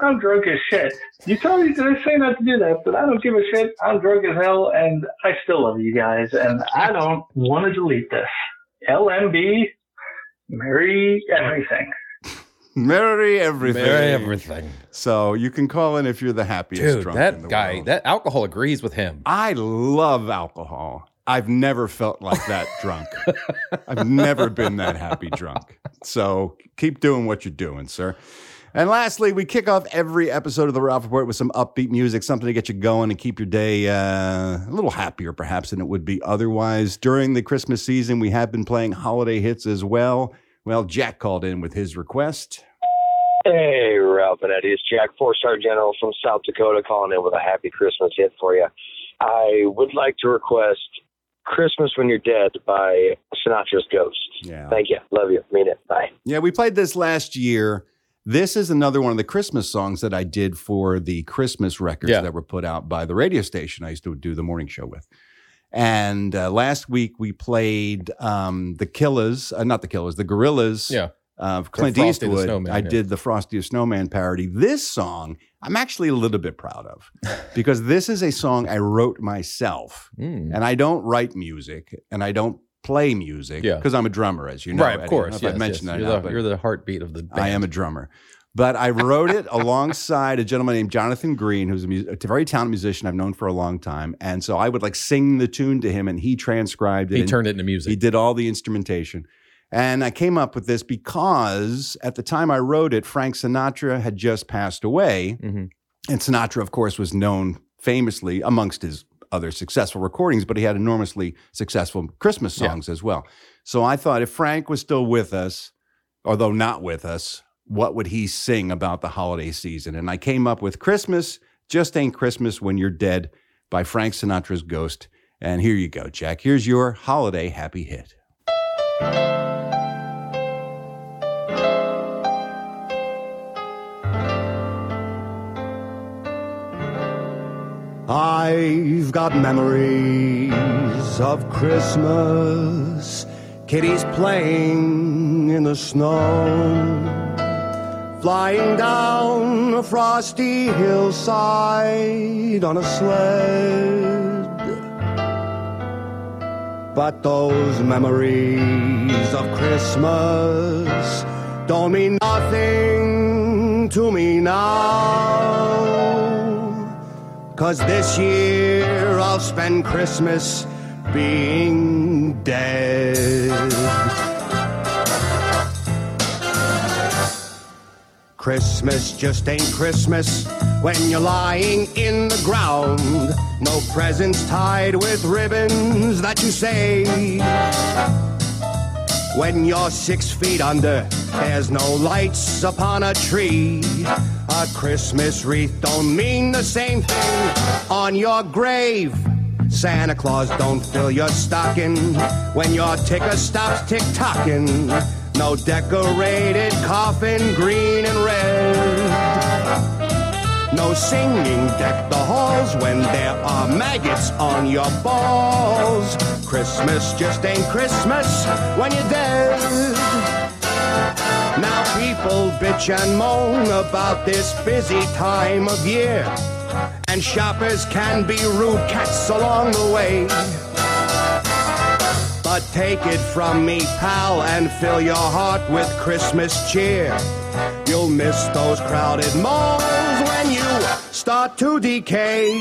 S21: I'm drunk as shit. You told me to say not to do that, but I don't give a shit. I'm drunk as hell, and I still love you guys. And I don't want to delete this. LMB, marry everything.
S2: Merry everything.
S3: Merry everything.
S2: So you can call in if you're the happiest
S3: Dude,
S2: drunk in the
S3: that guy,
S2: world.
S3: that alcohol agrees with him.
S2: I love alcohol. I've never felt like that drunk. I've never been that happy drunk. So keep doing what you're doing, sir. And lastly, we kick off every episode of the Ralph Report with some upbeat music, something to get you going and keep your day uh, a little happier, perhaps, than it would be otherwise. During the Christmas season, we have been playing holiday hits as well. Well, Jack called in with his request.
S22: Hey, Ralph and Eddie. It's Jack, four star general from South Dakota, calling in with a happy Christmas hit for you. I would like to request Christmas When You're Dead by Sinatra's Ghost.
S2: Yeah.
S22: Thank you. Love you. Mean it. Bye.
S2: Yeah, we played this last year. This is another one of the Christmas songs that I did for the Christmas records that were put out by the radio station I used to do the morning show with. And uh, last week we played um, the Killers, uh, not the Killers, the Gorillas.
S3: Yeah.
S2: Of Clint
S3: Frosty the
S2: Eastwood.
S3: Snowman,
S2: I
S3: yeah.
S2: did the Frosty the Snowman parody. This song I'm actually a little bit proud of because this is a song I wrote myself.
S3: Mm.
S2: And I don't write music and I don't play music
S3: Yeah.
S2: because I'm a drummer, as you know.
S3: right,
S2: Eddie.
S3: of
S2: I don't know
S3: course.
S2: if
S3: Yes,
S2: I've mentioned
S3: yes.
S2: that. or
S3: You're,
S2: not,
S3: the,
S2: but-
S3: you're the heartbeat of the band.
S2: I am a drummer. But I wrote it alongside a gentleman named Jonathan Green, who's a, mu- a very talented musician I've known for a long time. And so I would like sing the tune to him, and he transcribed it.
S3: He
S2: and
S3: turned it into music.
S2: He did all the instrumentation. And I came up with this because at the time I wrote it, Frank Sinatra had just passed away. And Sinatra, of course, was known famously amongst his other successful recordings, but he had enormously successful Christmas songs as well. So I thought if Frank was still with us, although not with us, what would he sing about the holiday season? And I came up with Christmas Just Ain't Christmas When You're Dead by Frank Sinatra's Ghost. And here you go, Jack. Here's your holiday happy hit.
S23: I've got memories of Christmas, kiddies playing in the snow, flying down a frosty hillside on a sled. But those memories of Christmas don't mean nothing to me now. Cause this year I'll spend Christmas being dead. Christmas just ain't Christmas when you're lying in the ground. No presents tied with ribbons that you say. When you're six feet under, there's no lights upon a tree. A Christmas wreath don't mean the same thing on your grave. Santa Claus don't fill your stocking when your ticker stops tick tocking. No decorated coffin, green and red. No singing deck the halls when there are maggots on your balls. Christmas just ain't Christmas when you're dead. Now people bitch and moan about this busy time of year. And shoppers can be rude cats along the way. But take it from me, pal, and fill your heart with Christmas cheer. You'll miss those crowded malls when you start to decay.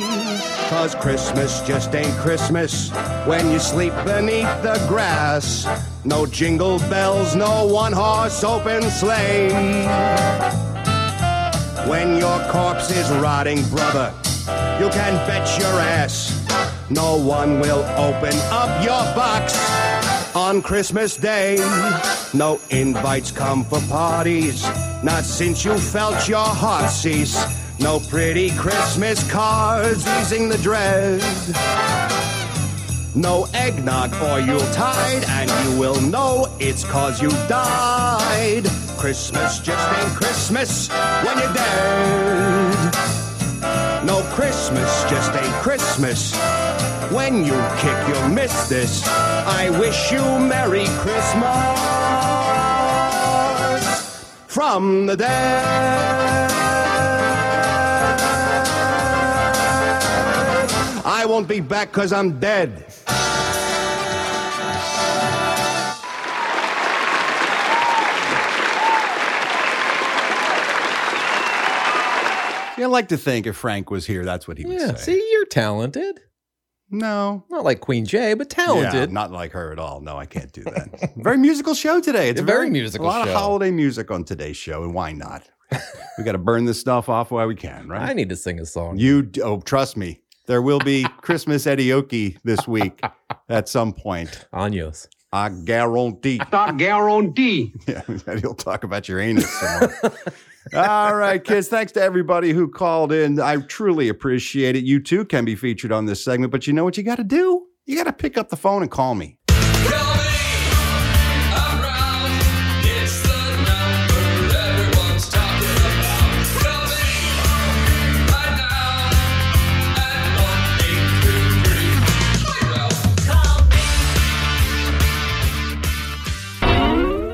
S23: Cause Christmas just ain't Christmas when you sleep beneath the grass. No jingle bells, no one horse open sleigh. When your corpse is rotting, brother, you can bet your ass no one will open up your box on Christmas Day. No invites come for parties, not since you felt your heart cease. No pretty Christmas cards easing the dread. No eggnog or Yuletide, and you will know it's cause you died. Christmas just ain't Christmas when you're dead. No Christmas just ain't Christmas. When you kick, you'll miss this. I wish you Merry Christmas from the dead. I won't be back because I'm dead.
S2: See, I like to think if Frank was here, that's what he would
S3: Yeah,
S2: say.
S3: see, you're talented.
S2: No,
S3: not like Queen Jay, but
S2: Yeah,
S3: talented.
S2: not like her at all. No, I can't do that. very musical show today. It's
S3: A
S2: a
S3: very
S2: very,
S3: musical
S2: A lot
S3: show.
S2: of holiday music on today's show, and why not? we got to burn this stuff off while we can, right?
S3: I need to sing a song.
S2: You d- oh, trust me, there will be Christmas karaoke this week at some point.
S3: Años.
S2: I guarantee. I guarantee. Yeah, he'll talk about your anus. some more. All right, kids. Thanks to everybody who called in. I truly appreciate it. You too can be featured on this segment, but you know what you got to do? You got to pick up the phone and call me.
S15: It's the number everyone's talking about. Tell me right now at one eight three three. Hey Ralph, call me.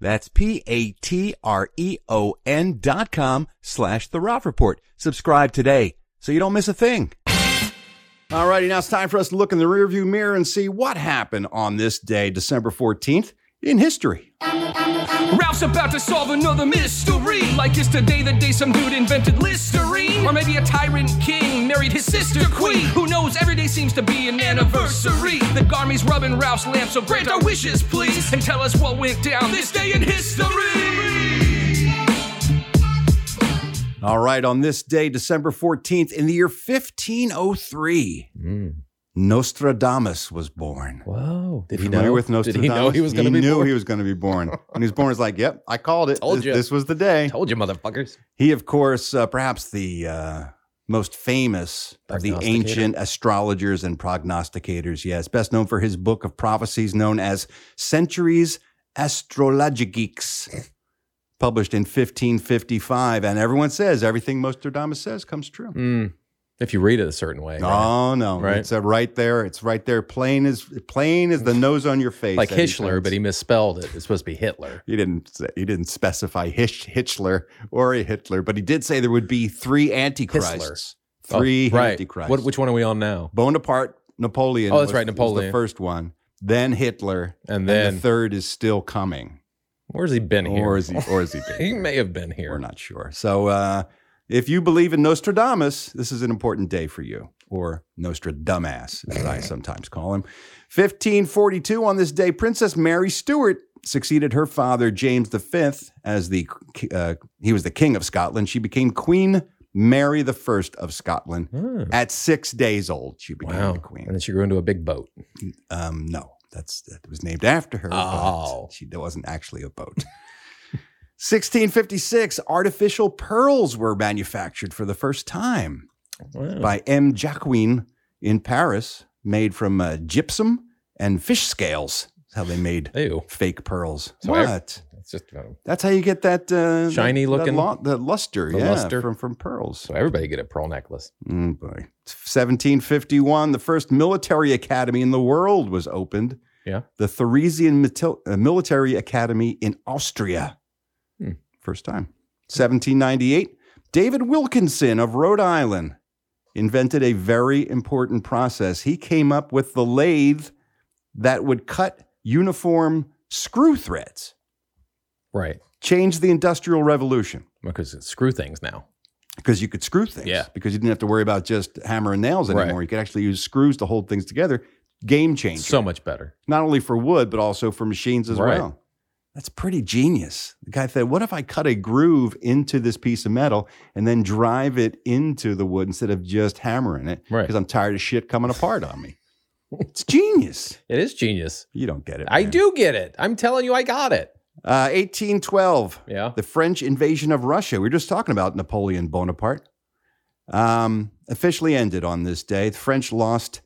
S2: That's P-A-T-R-E-O-N E dot com slash the Ralph Report. Subscribe today so you don't miss a thing. All righty, now it's time for us to look in the rearview mirror and see what happened on this day, December 14th, in history.
S24: Ralph's about to solve another mystery. Like it's today, the day some dude invented Listerine. Or maybe a tyrant king married his sister queen. Who knows? Every day seems to be an anniversary. The Garmy's rubbing Ralph's lamp, so grant our wishes, please. And tell us what went down this day in history.
S2: All right, on this day, December 14th, in the year 1503, Nostradamus was born.
S3: Whoa. Mm. Did
S2: You
S3: he
S2: familiar
S3: know?
S2: with
S3: Did
S2: Nostradamus?
S3: he know he was going to be
S2: knew
S3: born?
S2: he was going to be born. When he was born, it's like, yep, I called it.
S3: Told
S2: this,
S3: ya.
S2: this was the day.
S3: Told you, motherfuckers.
S2: He, of course, uh, perhaps the uh, most famous of the
S3: Prognosticator.
S2: ancient astrologers and prognosticators. Yes, best known for his book of prophecies known as Centuries Astrologiques, published in 1555. And everyone says everything Nostradamus says comes true.
S3: Mm. If you read it a certain way.
S2: No, no,
S3: Right.
S2: it's uh, right there. It's right there, plain as plain as the nose on your face.
S3: Like
S2: that he
S3: Hitler,
S2: says.
S3: but he misspelled it. It's supposed to be Hitler.
S2: He didn't. Say, he didn't specify Hish, Hitler or a Hitler, but he did say there would be three antichrists.
S3: Oh,
S2: Three
S3: right.
S2: antichrists.
S3: What, which one are we on now?
S2: Bonaparte, Napoleon.
S3: Oh, that's
S2: was-
S3: right,
S2: was
S3: Napoleon.
S2: the first one. Then Hitler,
S3: And
S2: the
S3: then-
S2: third is still coming.
S3: Where's he been here?
S2: Or is he? Or is he? Been
S3: He may have been here. We're
S2: not sure. So, uh, if you believe in Nostradamus, this is an important day for you, or Nostradamus, as I sometimes call him. 1542, on this day, Princess Mary Stuart succeeded her father, James V, as the uh, he was the King of Scotland. She became Queen Mary I of Scotland at six days old. She became
S3: Hmm. Wow.
S2: the queen.
S3: And then she grew into a big boat.
S2: Um, no, that's that was named after her. but
S3: Oh.
S2: she that wasn't actually a boat. 1656, artificial pearls were manufactured for the first time
S3: Hmm.
S2: by M. Jacquin in Paris, made from uh, gypsum and fish scales. That's how they made fake pearls.
S3: So I-
S2: what?
S3: It's just uh,
S2: That's how you get that uh, that-
S3: Shiny
S2: that
S3: looking-
S2: lu- that luster,
S3: the
S2: yeah,
S3: luster.
S2: from from pearls.
S3: So everybody get a pearl necklace.
S2: Mm, boy. 1751, the first military academy in the world was opened.
S3: Yeah.
S2: The Theresian Mitil- uh, Military Academy in Austria. First time. 1798, David Wilkinson of Rhode Island invented a very important process. He came up with the lathe that would cut uniform screw threads.
S3: Right.
S2: Changed the Industrial Revolution
S3: Because it's screw things now.
S2: because you could screw things.
S3: Yeah.
S2: Because you didn't have to worry about just hammer and nails
S3: Right.
S2: anymore. You could actually use screws to hold things together. Game changer.
S3: So much better.
S2: Not only for wood, but also for machines as
S3: Right.
S2: well. That's pretty genius. The guy said, What if I cut a groove into this piece of metal and then drive it into the wood instead of just hammering it? Right. Because I'm tired of shit coming apart on me. It's genius.
S3: It is genius.
S2: You don't get it.
S3: I do get it. I'm telling you, I got it.
S2: Uh, 1812.
S3: Yeah.
S2: The French invasion of Russia. We were just talking about Napoleon Bonaparte. Um, officially ended on this day. The French lost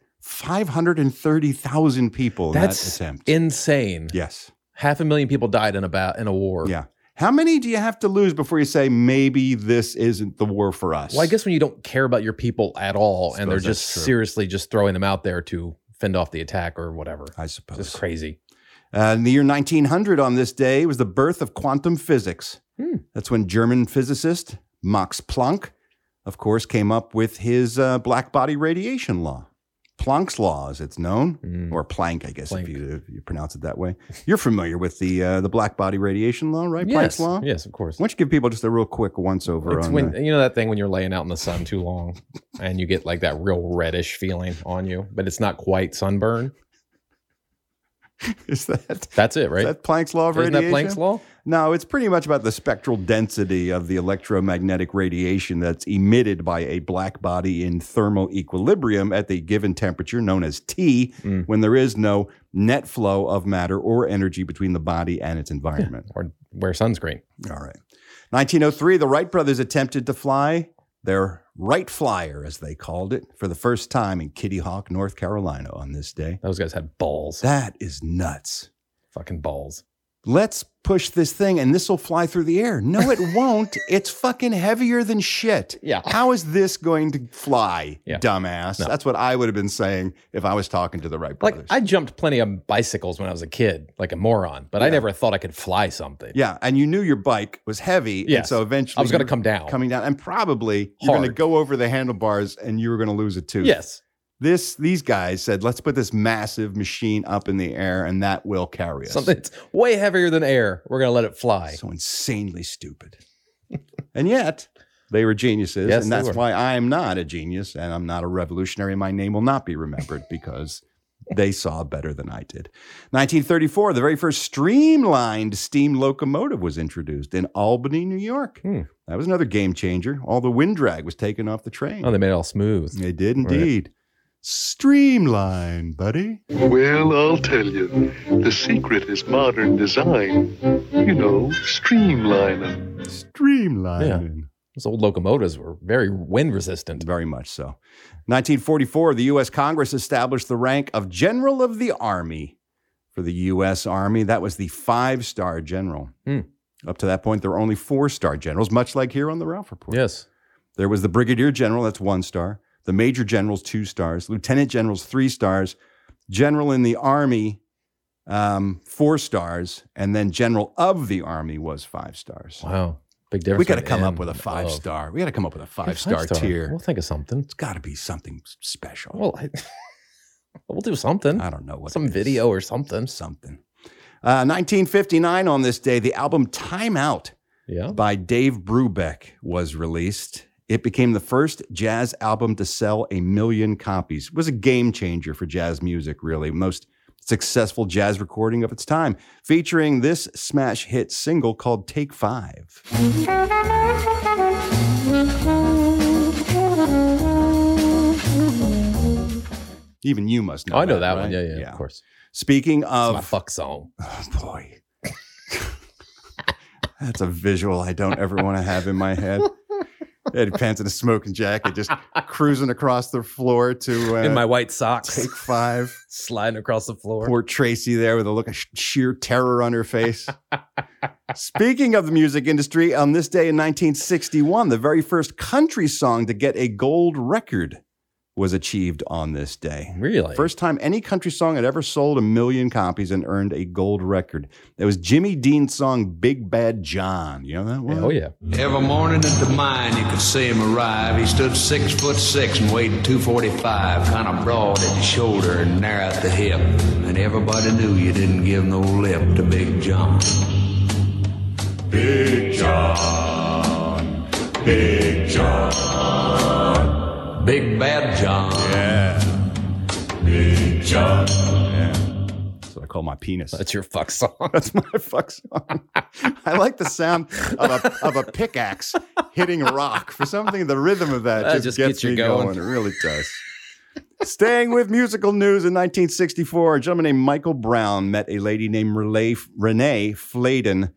S2: 530,000 people in that
S3: That's
S2: attempt.
S3: insane.
S2: Yes.
S3: Half a million people died in about in a war.
S2: Yeah. How many do you have to lose before you say, maybe this isn't the war for us?
S3: Well, I guess when you don't care about your people at all and they're
S2: Suppose that's
S3: just
S2: true.
S3: seriously just throwing them out there to fend off the attack or whatever.
S2: I suppose.
S3: It's crazy.
S2: Uh, in the year 1900, on this day, was the birth of quantum physics.
S3: Hmm.
S2: That's when German physicist Max Planck, of course, came up with his uh, black body radiation law. Planck's law, as it's known,
S3: Hmm.
S2: or Planck, I guess, if you, if you pronounce it that way. You're familiar with the uh, the black body radiation law, right? Planck's
S3: Yes.
S2: law.
S3: Yes, of course.
S2: Why don't you give people just a real quick once over
S3: It's
S2: on uh,
S3: when
S2: that?
S3: you know that thing when you're laying out in the sun too long and you get like that real reddish feeling on you, but it's not quite sunburn.
S2: Is that
S3: that's it, right?
S2: Is that Planck's law of
S3: Isn't that
S2: radiation?
S3: Planck's law?
S2: No, it's pretty much about the spectral density of the electromagnetic radiation that's emitted by a black body in thermal equilibrium at the given temperature known as T,
S3: Mm.
S2: when there is no net flow of matter or energy between the body and its environment.
S3: or wear sunscreen.
S2: All right. 1903, the Wright brothers attempted to fly their Wright Flyer, as they called it, for the first time in Kitty Hawk, North Carolina on this day.
S3: Those guys had balls.
S2: That is nuts.
S3: Fucking balls.
S2: Let's push this thing and this will fly through the air. No, it won't. It's fucking heavier than shit.
S3: Yeah.
S2: How is this going to fly,
S3: Yeah.
S2: dumbass?
S3: No.
S2: That's what I would have been saying if I was talking to the Wright
S3: Like
S2: brothers.
S3: I jumped plenty of bicycles when I was a kid, like a moron, but I never thought I could fly something.
S2: yeah. And you knew your bike was heavy. And
S3: Yes.
S2: so eventually
S3: I was gonna
S2: you were
S3: come down.
S2: Coming down. And probably you're going to
S3: Hard.
S2: go over the handlable bars and you were going to lose a tooth.
S3: Yes.
S2: This these guys said, let's put this massive machine up in the air, and that will carry us.
S3: Something that's way heavier than air. We're gonna let it fly. So
S2: insanely stupid. and yet they were geniuses,
S3: Yes,
S2: and
S3: they
S2: that's
S3: were.
S2: why I am not a genius, and I'm not a revolutionary. My name will not be remembered because they saw better than I did. 1934, the very first streamlined steam locomotive was introduced in Albany, New York.
S3: Hmm.
S2: That was another game changer. All the wind drag was taken off the train.
S3: Oh, they made it all smooth.
S2: They did indeed. Streamline, buddy.
S17: Well, I'll tell you. The secret is modern design. You know, streamlining.
S2: Streamlining.
S3: Those old locomotives were very wind resistant.
S2: Very much so. 1944, the U.S. Congress established the rank of General of the Army for the U.S. Army. That was the five star general. Up to that point, there were only four star generals, much like here on the Ralph Report.
S3: Yes.
S2: There was the Brigadier General, that's one star, the Major General's two stars, Lieutenant General's three stars, General in the Army, um, four stars, and then General of the Army was five stars.
S3: Wow. Big difference.
S2: We got to
S3: with
S2: come up
S3: M
S2: with a
S3: and
S2: five
S3: of.
S2: star. We got to come up with a five
S3: Five-star.
S2: star tier.
S3: We'll think of something. It's
S2: got to be something special.
S3: Well, I, we'll do something.
S2: I don't know what.
S3: Some video or something.
S2: Something. Uh, 1959 on this day, the album Time Out by Dave Brubeck was released. It became the first jazz album to sell a million copies. It was a game changer for jazz music, really. Most successful jazz recording of its time, featuring this smash hit single called Take Five. Even you must know.
S3: Oh, I know that
S2: right?
S3: one. Yeah, yeah, of course.
S2: Speaking of
S3: my fuck song.
S2: Oh boy. That's a visual I don't ever want to have in my head. Eddie Pants in a smoking jacket, just cruising across the floor to uh,
S3: In my white socks.
S2: Take five.
S3: Sliding across the floor.
S2: poor Tracy there with a look of sh- sheer terror on her face. Speaking of the music industry, on this day in 1961, the very first country song to get a gold record was achieved on this day.
S3: Really?
S2: First time any country song had ever sold a million copies and earned a gold record. It was Jimmy Dean's song Big Bad John. You know that one?
S3: Oh, yeah.
S25: Every morning at the mine, you could see him arrive. He stood six foot six and weighed 245, kind of broad at the shoulder and narrow at the hip. And everybody knew you didn't give no lip to Big John. Big John, Big John, Big Bad John. Yeah. Big John.
S2: That's what I call my penis.
S3: That's your fuck song.
S2: That's my fuck song. I like the sound of a, of a pickaxe hitting a rock. For something, the rhythm of that
S3: That
S2: just,
S3: just
S2: gets,
S3: gets you
S2: me
S3: going.
S2: going. It really does. Staying with musical news in 1964, a gentleman named Michael Brown met a lady named Relay, Renee Fladen,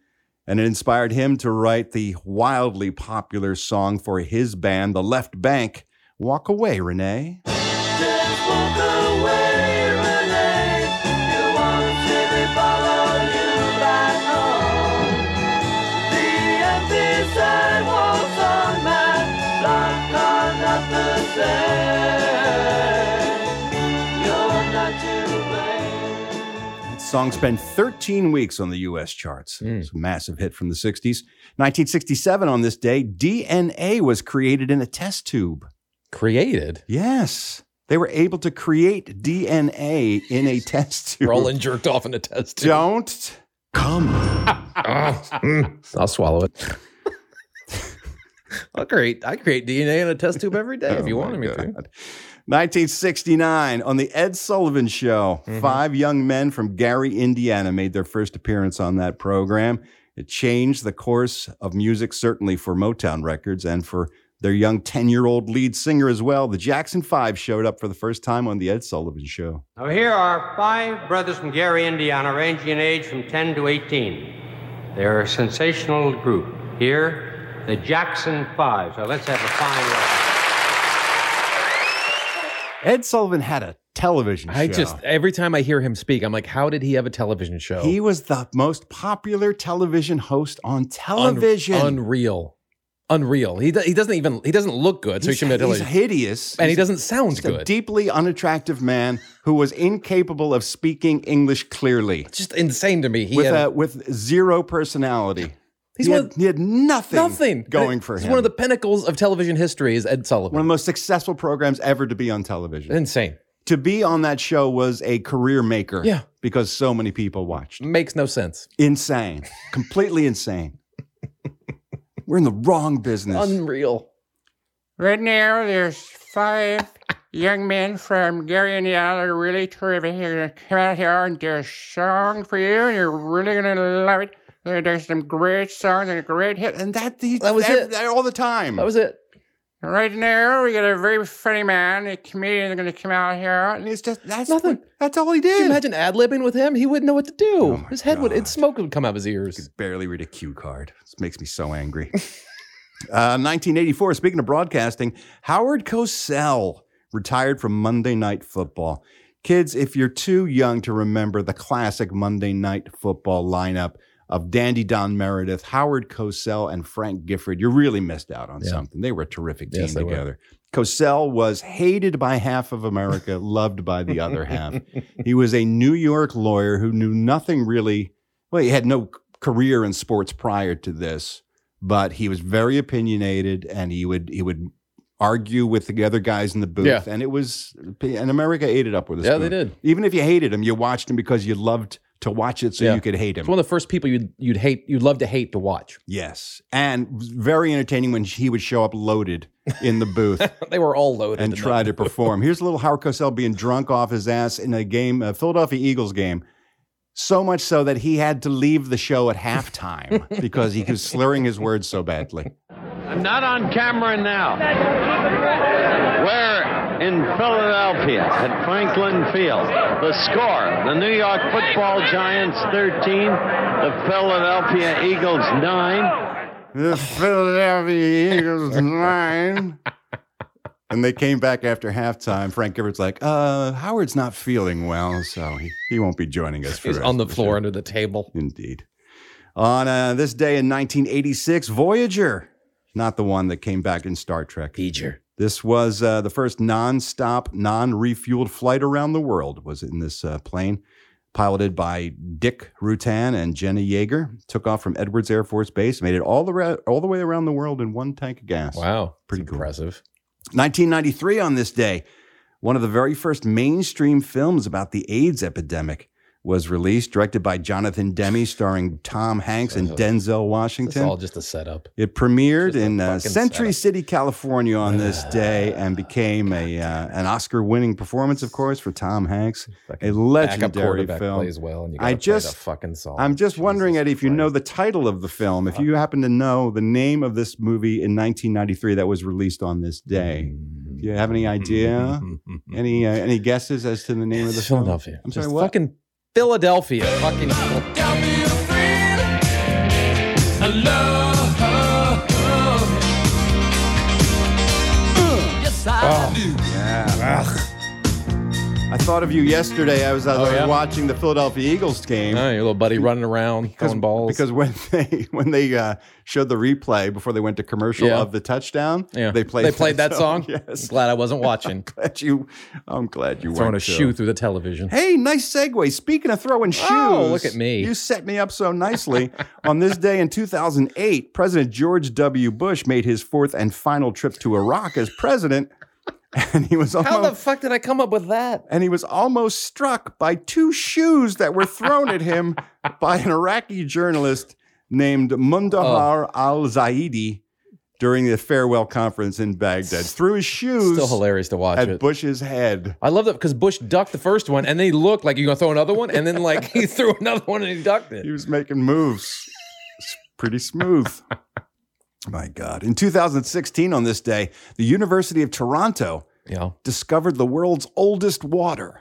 S2: and it inspired him to write the wildly popular song for his band, The Left Bank. Walk away, Renee. That song spent 13 weeks on the US charts. It's a massive hit from the 60s. 1967, on this day, DNA was created in a test tube.
S3: Created?
S2: Yes. They were able to create DNA in a test tube.
S3: Roland jerked off in a test tube.
S2: Don't
S3: come.
S2: Mm,
S3: I'll swallow it. I create I create DNA in a test tube every day if
S2: Oh
S3: you wanted me to.
S2: 1969, on the Ed Sullivan Show,
S3: Mm-hmm.
S2: five young men from Gary, Indiana made their first appearance on that program. It changed the course of music, certainly for Motown Records and for their young 10 year old lead singer as well. The Jackson Five showed up for the first time on the Ed Sullivan Show.
S26: Now, here are five brothers from Gary, Indiana, ranging in age from 10 to 18. They're a sensational group. Here, the Jackson Five. So let's have a fine round.
S2: Ed Sullivan had a television show.
S3: I just every time I hear him speak, I'm like, how did he have a television show?
S2: He was the most popular television host on television.
S3: Un- unreal, unreal. He do- he doesn't even he doesn't look good, so he
S2: He's-
S3: shouldn't be on
S2: he's
S3: television.
S2: hideous,
S3: and he
S2: He's
S3: doesn't sound
S2: just a
S3: good.
S2: deeply unattractive man who was incapable of speaking English clearly.
S3: Just insane to me. He
S2: with
S3: had-
S2: a, with zero personality.
S3: He's
S2: he,
S3: one
S2: had, he had nothing,
S3: Nothing.
S2: going for
S3: He's
S2: him.
S3: one of the pinnacles of television history is Ed Sullivan.
S2: One of the most successful programs ever to be on television.
S3: Insane.
S2: To be on that show was a career maker.
S3: Yeah.
S2: Because so many people watched.
S3: Makes no sense.
S2: Insane. Completely insane. We're in the wrong business.
S3: Unreal.
S1: Right now, there's five young men from Gary, Indiana, really terrific. They're going to come out here and do a song for you, and you're really going to love it. There- There's some great songs and a great hit,
S2: and that the,
S1: that was
S2: it all the time. That
S3: was it.
S1: Right now, we got a very funny man, a comedian, going to come out here, and
S2: it's just that's
S1: nothing.
S2: that's all he
S3: Could
S2: did.
S3: you imagine ad libbing with him? He wouldn't know what to
S2: Oh
S3: do. his head would, it's smoke would come out of his ears.
S2: barely read a cue card. This makes me so angry. uh, 1984. Speaking of broadcasting, Howard Cosell retired from Monday Night Football. Kids, if you're too young to remember the classic Monday Night Football lineup of Dandy Don Meredith, Howard Cosell, and Frank Gifford, you really missed out on
S3: Yeah.
S2: something. They were a terrific team
S3: Yes, they were.
S2: together. Cosell was hated by half of America, loved by the other half. He was a New York lawyer who knew nothing really. Well, he had no c- career in sports prior to this, but he was very opinionated, and he would he would argue with the other guys in the booth,
S3: Yeah.
S2: and it was and America ate it up with a
S3: Yeah, they
S2: spoon.
S3: did.
S2: Even if you hated him, you watched him because you loved to watch it, so
S3: Yeah.
S2: you could hate him.
S3: It's one of the first people you'd, you'd hate, you'd love to hate to watch.
S2: Yes, and was very entertaining when he would show up loaded in the booth
S3: They were all loaded.
S2: and
S3: in
S2: try
S3: that.
S2: to perform. Here's little Howard Cosell being drunk off his ass in a game, a Philadelphia Eagles game. So much so that he had to leave the show at halftime because he was slurring his words so badly.
S4: I'm not on camera now. We're in Philadelphia at Franklin Field. The score the New York football Giants 13, the Philadelphia Eagles 9.
S2: The Philadelphia Eagles line. And they came back after halftime. Frank Gifford's like, uh, Howard's not feeling well, so he, he won't be joining us for
S3: He's
S2: the
S3: on the floor under the table.
S2: Indeed. On uh, this day in 1986, Voyager, not the one that came back in Star Trek.
S3: Voyager.
S2: This was uh, the first non-stop, non-refueled flight around the world. Was in this uh, plane, piloted by Dick Rutan and Jenna Yeager. Took off from Edwards Air Force Base, made it all the ra- all the way around the world in one tank of gas.
S3: Wow.
S2: pretty
S3: impressive.
S2: 1993 on this day, one of the very first mainstream films about the AIDS epidemic was released, directed by Jonathan Demme, starring Tom Hanks and Denzel
S3: It's
S2: Washington.
S3: all just a setup.
S2: It premiered in uh,
S3: fucking
S2: Century City, California on this day and became a uh, an Oscar winning performance, of course, for Tom Hanks. A
S3: Backup
S2: legendary
S3: quarterback
S2: film.
S3: plays well, and you
S2: I
S3: gotta play the
S2: just,
S3: fucking song.
S2: I'm just wondering, Eddie, if you know the title of the film, if you happen to know the name of this movie in 1993 that was released on this day.
S3: Mm-hmm.
S2: Do you have any idea? any uh, any guesses as to the name of the film?
S3: Philadelphia.
S2: I'm sorry,
S3: Just
S2: what?
S3: Fucking Philadelphia. Fucking.
S15: Yes,
S2: Ah.
S15: I do.
S2: Yeah. Oh. I thought of you yesterday. I was, as I was watching the Philadelphia Eagles game.
S3: Oh, your little buddy running around throwing balls.
S2: Because when they when they uh, showed the replay before they went to commercial
S3: Yeah.
S2: of the touchdown,
S3: Yeah.
S2: they played
S3: They played that song?
S2: Yes,
S3: glad I wasn't watching.
S2: glad you. I'm glad you
S3: Throwing
S2: weren't,
S3: a
S2: too.
S3: shoe through the television. Oh,
S2: Hey, nice segue. Speaking of throwing shoes,
S3: look at me.
S2: You set me up so nicely. On this day in 2008, President George W. Bush made his fourth and final trip to Iraq as president, and he was almost
S3: How the fuck did I come up with that?
S2: and he was almost struck by two shoes that were thrown at him by an Iraqi journalist named Mundahar
S3: Oh.
S2: al Zaidi during the farewell conference in Baghdad. Threw his shoes
S3: Still hilarious to watch
S2: at
S3: it.
S2: Bush's head.
S3: I love that because Bush ducked the first one, and then he looked like you're gonna throw another one, and then like he threw another one and he ducked it.
S2: He was making moves. It's pretty smooth. My God. In 2016, on this day, the University of Toronto
S3: Yeah.
S2: discovered the world's oldest water.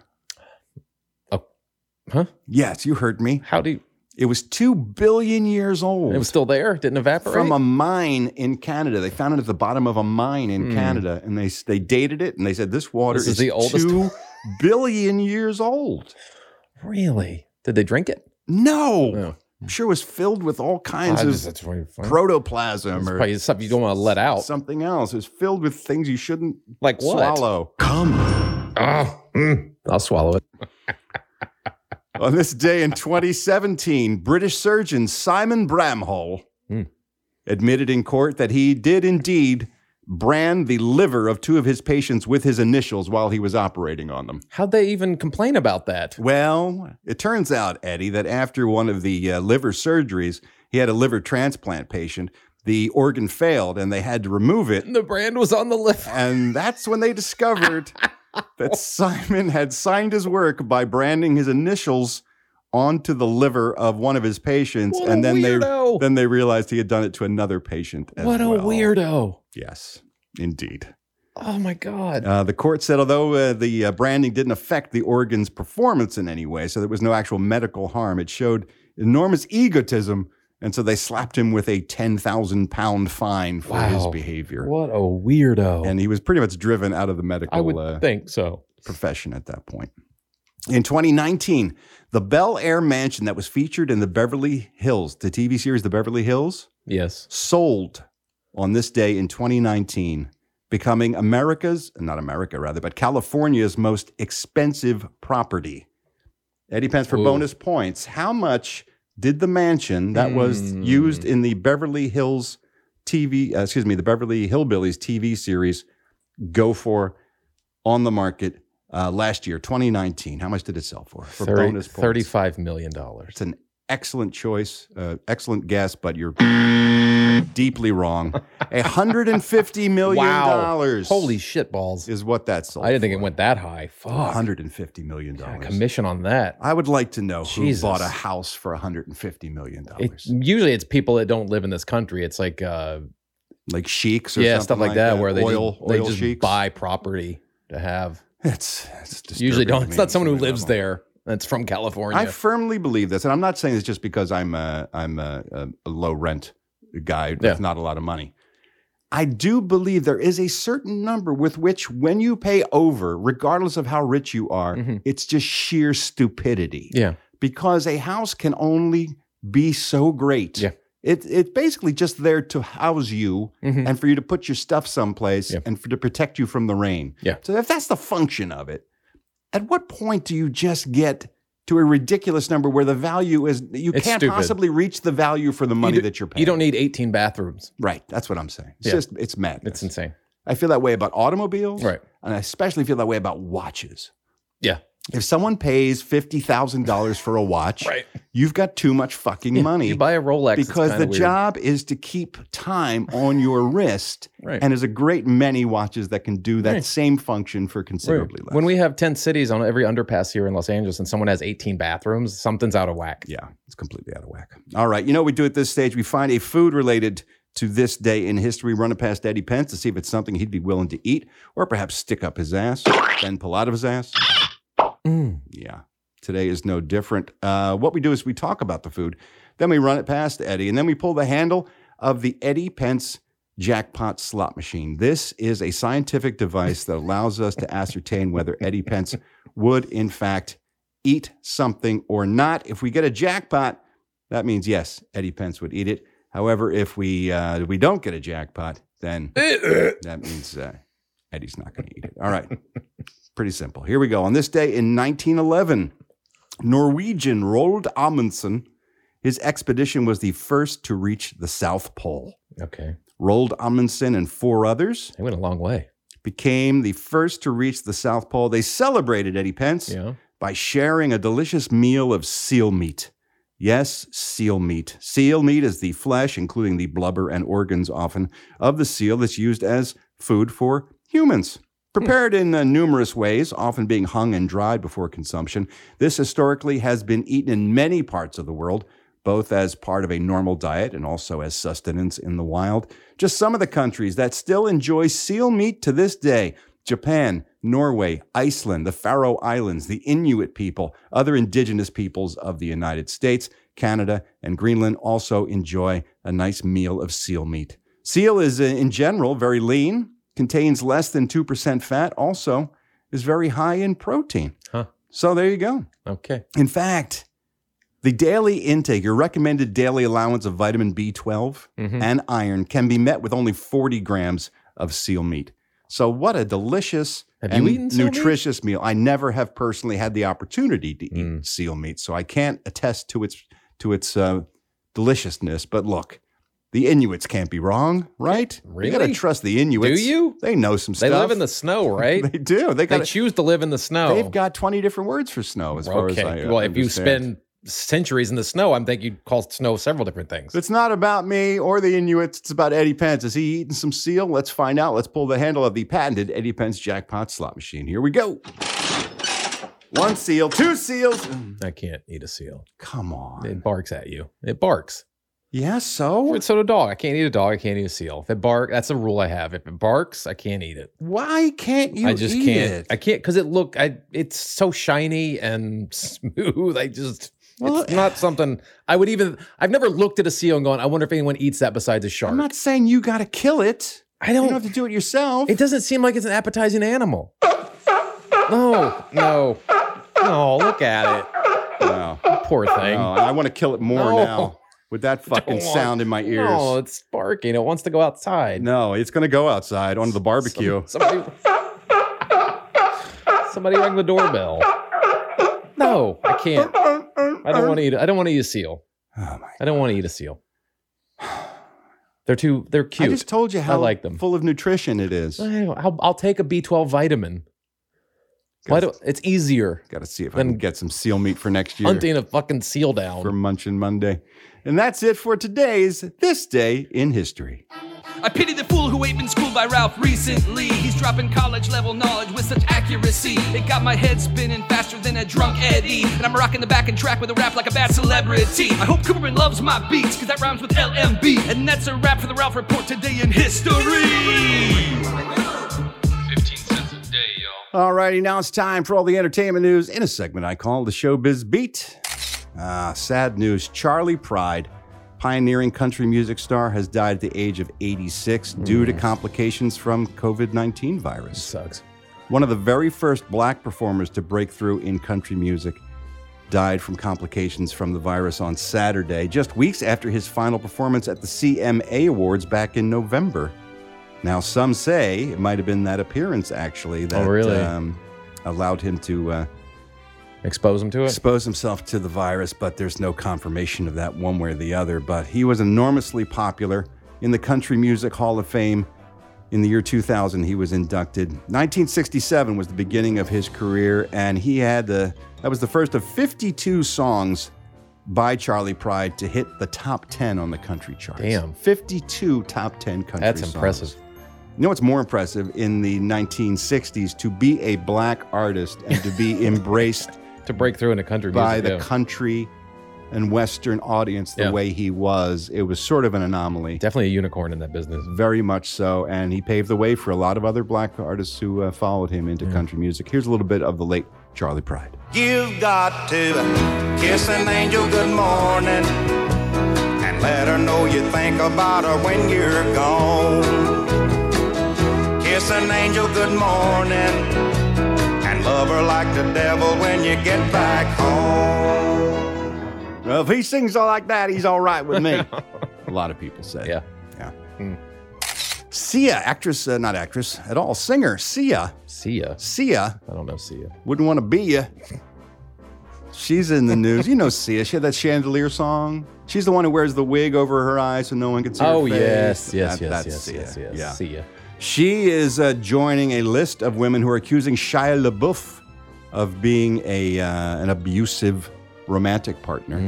S3: Huh?
S2: Yes, you heard me.
S3: How do you?
S2: It was 2 billion years old.
S3: It was still there. Didn't evaporate.
S2: from a mine in Canada. They found it at the bottom of a mine in
S3: Hmm.
S2: Canada, and they they dated it, and they said this water
S3: This
S2: is,
S3: is the oldest-
S2: two billion years old.
S3: really? Did they drink it? Oh.
S2: No, I'm sure it was filled with all kinds
S3: I
S2: of
S3: just- that's really funny.
S2: protoplasm
S3: It's
S2: or
S3: probably something you don't want to let out.
S2: something else. It was filled with things you shouldn't
S3: Like what? Oh, mm.
S2: swallow. Come.
S3: I'll swallow it.
S2: On this day in 2017, British surgeon Simon Bramhall
S3: Hmm.
S2: admitted in court that he did indeed brand the liver of two of his patients with his initials while he was operating on them.
S3: How'd they even complain about that?
S2: Well, it turns out, Eddie, that after one of the uh, liver surgeries, he had a liver transplant patient. The organ failed and they had to remove it.
S3: The brand was on the liver.
S2: And that's when they discovered that Simon had signed his work by branding his initials onto the liver of one of his patients
S3: What a
S2: and then
S3: weirdo.
S2: they then they realized he had done it to another patient as
S3: What a
S2: well.
S3: weirdo.
S2: Yes, indeed.
S3: Oh my God.
S2: Uh, the court said, although uh, the uh, branding didn't affect the organ's performance in any way, so there was no actual medical harm, it showed enormous egotism. And so they slapped him with a 10,000 pound fine for his
S3: Wow.
S2: behavior.
S3: What a weirdo.
S2: And he was pretty much driven out of the medical
S3: I would
S2: uh,
S3: think so.
S2: profession at that point. In 2019, the Bel Air mansion that was featured in the Beverly Hills, the TV series The Beverly Hills,
S3: yes,
S2: sold on this day in 2019, becoming America's, not America rather, but California's most expensive property. Eddie Pence, for
S23: Ooh.
S2: bonus points, how much did the mansion that was used in the Beverly Hills TV, uh, excuse me, the Beverly Hillbillies TV series go for on the market uh, last year, 2019? How much did it sell for? For
S3: 30
S2: bonus points.
S3: $35 million. It's
S2: an excellent choice, uh, excellent guess, but you're deeply wrong. A hundred and fifty million dollars.
S3: Holy shit balls.
S2: Is what that sold.
S3: I didn't think it went that high. Fuck.
S2: hundred and fifty million dollars.
S3: commission on that.
S2: I would like to know
S3: Jesus.
S2: who bought a house for hundred and fifty million dollars.
S3: Usually it's people that don't live in this country. It's like uh
S2: like sheiks or
S3: yeah,
S2: something
S3: stuff like
S2: like
S3: that,
S2: that.
S3: where they
S2: Oil-
S3: just, they
S2: oil
S3: just
S2: sheiks.
S3: buy property to have.
S2: It's, it's
S3: usually
S2: disturbing
S3: don't.
S2: to
S3: It's
S2: me
S3: not
S2: on
S3: someone who
S2: some
S3: lives there. That's from California.
S2: I firmly believe this, and I'm not saying this just because I'm a, I'm a, a, a low rent guy with not a lot of money. I do believe there is a certain number with which, when you pay over, regardless of how rich you are, it's just sheer stupidity.
S3: Mm-hmm. Yeah.
S2: because a house can only be so great. Yeah. It, it's basically just there to house you
S3: Mm-hmm.
S2: and for you to put your stuff someplace and for, to protect you from the rain.
S3: Yeah.
S2: So if that's the function of it, at what point do you just get to a ridiculous number where the value is you
S3: It's
S2: can't
S3: stupid.
S2: possibly reach the value for the money
S3: do-
S2: that you're paying?
S3: you don't need 18 bathrooms.
S2: Right. That's what I'm saying. It's
S3: Yeah.
S2: just it's madness.
S3: It's insane.
S2: I feel that way about automobiles.
S3: Right.
S2: And I especially feel that way about watches.
S3: Yeah.
S2: If someone pays fifty thousand dollars for a watch,
S3: Right.
S2: you've got too much fucking
S3: Yeah,
S2: money.
S3: you buy a Rolex, it's
S2: because
S3: kinda
S2: the
S3: weird.
S2: job is to keep time on your wrist,
S3: Right.
S2: and there's a great many watches that can do that
S3: Right.
S2: same function for considerably less.
S3: When we have 10 cities on every underpass here in Los Angeles and someone has 18 bathrooms, something's out of whack.
S2: Yeah, it's completely out of whack. All right. You know, what we do at this stage, we find a food related to this day in history, run it past Eddie Pence to see if it's something he'd be willing to eat or perhaps stick up his ass, Ben pull out of his ass.
S3: Hmm.
S2: Yeah. Today is no different. Uh, what we do is we talk about the food, then we run it past Eddie, and then we pull the handle of the Eddie Pence jackpot slot machine. This is a scientific device that allows us to ascertain whether Eddie Pence would, in fact, eat something or not. If we get a jackpot, that means yes, Eddie Pence would eat it. However, if we uh, we don't get a jackpot, then that means uh, Eddie's not going to eat it. All right, pretty simple. Here we go. On this day in 1911, Norwegian Roald Amundsen, his expedition was the first to reach the South Pole.
S3: Okay.
S2: Roald Amundsen and four others.
S3: They went a long way.
S2: Became the first to reach the South Pole. They celebrated Eddie Pence by sharing a delicious meal of seal meat. Yes, seal meat. Seal meat is the flesh, including the blubber and organs often, of the seal that's used as food for humans.
S3: Hmm.
S2: Prepared in uh, numerous ways, often being hung and dried before consumption, this historically has been eaten in many parts of the world, both as part of a normal diet and also as sustenance in the wild. Just some of the countries that still enjoy seal meat to this day Japan, Norway, Iceland, the Faroe Islands, the Inuit people, other indigenous peoples of the United States, Canada, and Greenland also enjoy a nice meal of seal meat. Seal is, uh, in general, very lean, contains less than 2% fat, also is very high in protein.
S3: Huh.
S2: So there you go.
S3: Okay.
S2: In fact, the daily intake, your recommended daily allowance of vitamin B12
S3: Mhm.
S2: and iron can be met with only 40 grams of seal meat. So, what a delicious
S3: Have
S2: and
S3: you eaten seal meat?
S2: nutritious meal. I never have personally had the opportunity to eat
S3: Mm.
S2: seal meat, so I can't attest to its to its uh, deliciousness. But look, The Inuits can't be wrong, right? You got to
S3: Really?
S2: trust the Inuits.
S3: Do you?
S2: They know some
S3: They
S2: stuff.
S3: live in the snow, right?
S2: They do. They
S3: They
S2: gotta-
S3: choose to live in the snow.
S2: They've got 20 different words for snow, as far as I uh,
S3: well, if you
S2: understand.
S3: spend centuries in the snow, I'm thinking you'd call snow several different things.
S2: It's not about me or the Inuits. It's about Eddie Pence. Is he eating some seal? Let's find out. Let's pull the handle of the patented Eddie Pence jackpot slot machine. Here we go. One seal, two seals.
S3: I can't eat a seal.
S2: Hmm. Come on.
S3: It barks at you. It barks.
S2: Yeah, so?
S3: So do dog. I can't eat a dog. I can't eat a seal. If it bark, that's a rule I have. If it barks, I can't eat it.
S2: Why can't you?
S3: I just
S2: eat
S3: can't.
S2: It?
S3: I can't because it look. I it's so shiny and smooth. I just it's not something I would even. I've never looked at a seal and gone. I wonder if anyone eats that besides a shark.
S2: I'm not saying you got to kill it.
S3: I don't,
S2: You don't have to do it yourself.
S3: It doesn't seem like it's an appetizing animal. No, no, no. Look at it.
S2: Wow.
S3: Poor thing.
S2: No, and I want to kill it more
S3: No.
S2: now with that fucking
S3: Don't want-
S2: sound in my ears.
S3: No, it's barking. It wants to go outside.
S2: No, it's going to go outside onto the barbecue.
S3: Somebody, somebody rang the doorbell. No, I can't. I don't want to eat. I don't want to eat a seal.
S2: Oh
S3: I don't want to eat a seal. They're too. They're cute.
S2: I just told you
S3: I
S2: how
S3: like them.
S2: full of nutrition it is.
S3: I don't- I'll, I'll take a B12 vitamin. Why do, it's easier.
S2: Got to see if I can get some seal meat for next year.
S3: Hunting a fucking seal down.
S2: for Munchin Monday. And that's it for today's This Day in History.
S24: I pity the fool who ain't been schooled by Ralph recently. He's dropping college level knowledge with such accuracy. It got my head spinning faster than a drunk Eddie. And I'm rocking the back and track with a rap like a bad celebrity. I hope Cooperman loves my beats, cause that rhymes with LMB. And that's a wrap for the Ralph Report today in history.
S2: Alrighty, now it's time for all the entertainment news in a segment I call the Showbiz Beat. Ah, sad news. Charlie Pride, pioneering country music star, has died at the age of 86 due to complications from COVID 19 virus.
S3: Sucks.
S2: One of the very first black performers to break through in country music died from complications from the virus on Saturday, just weeks after his final performance at the CMA Awards back in November. Now, some say it might have been that appearance actually that
S3: really?
S2: um, allowed him to uh,
S3: expose him to it,
S2: expose himself to the virus. But there's no confirmation of that one way or the other. But he was enormously popular in the Country Music Hall of Fame. In the year 2000, he was inducted. 1967 was the beginning of his career, and he had the that was the first of 52 songs by Charlie Pride to hit the top 10 on the country charts.
S3: Damn.
S2: 52 top 10 country
S3: That's
S2: songs.
S3: impressive.
S2: You know what's more impressive in the 1960s to be a black artist and to be embraced
S3: to break through into country
S2: by
S3: music,
S2: the
S3: yeah.
S2: country and western audience the
S3: Yeah.
S2: way he was. It was sort of an anomaly.
S3: Definitely a unicorn in that business.
S2: Very much so, and he paved the way for a lot of other black artists who uh, followed him
S3: Mm.
S2: into country music. Here's a little bit of the late Charlie Pride.
S23: You've got to kiss an angel good morning and let her know you think about her when you're gone. Kiss an angel good morning and love her like the devil when you get back home.
S2: Well, if he sings like that, he's all right with me. a lot of people say. Yeah. Yeah.
S3: Hmm.
S2: Sia, actress, uh, not actress at all, singer, Sia.
S3: Sia.
S2: Sia.
S3: I don't know Sia.
S2: Wouldn't want to be you. She's in the news. You know Sia. She had that chandelier song. She's the one who wears the wig over her eyes so no one can see her
S3: Oh,
S2: face.
S3: yes, yes,
S2: That-
S3: yes,
S2: that's
S3: yes,
S2: Sia.
S3: yes, yes,
S2: Yeah.
S3: Sia.
S2: She is uh, joining a list of women who are accusing Shia LaBeouf of being a uh, an abusive romantic partner.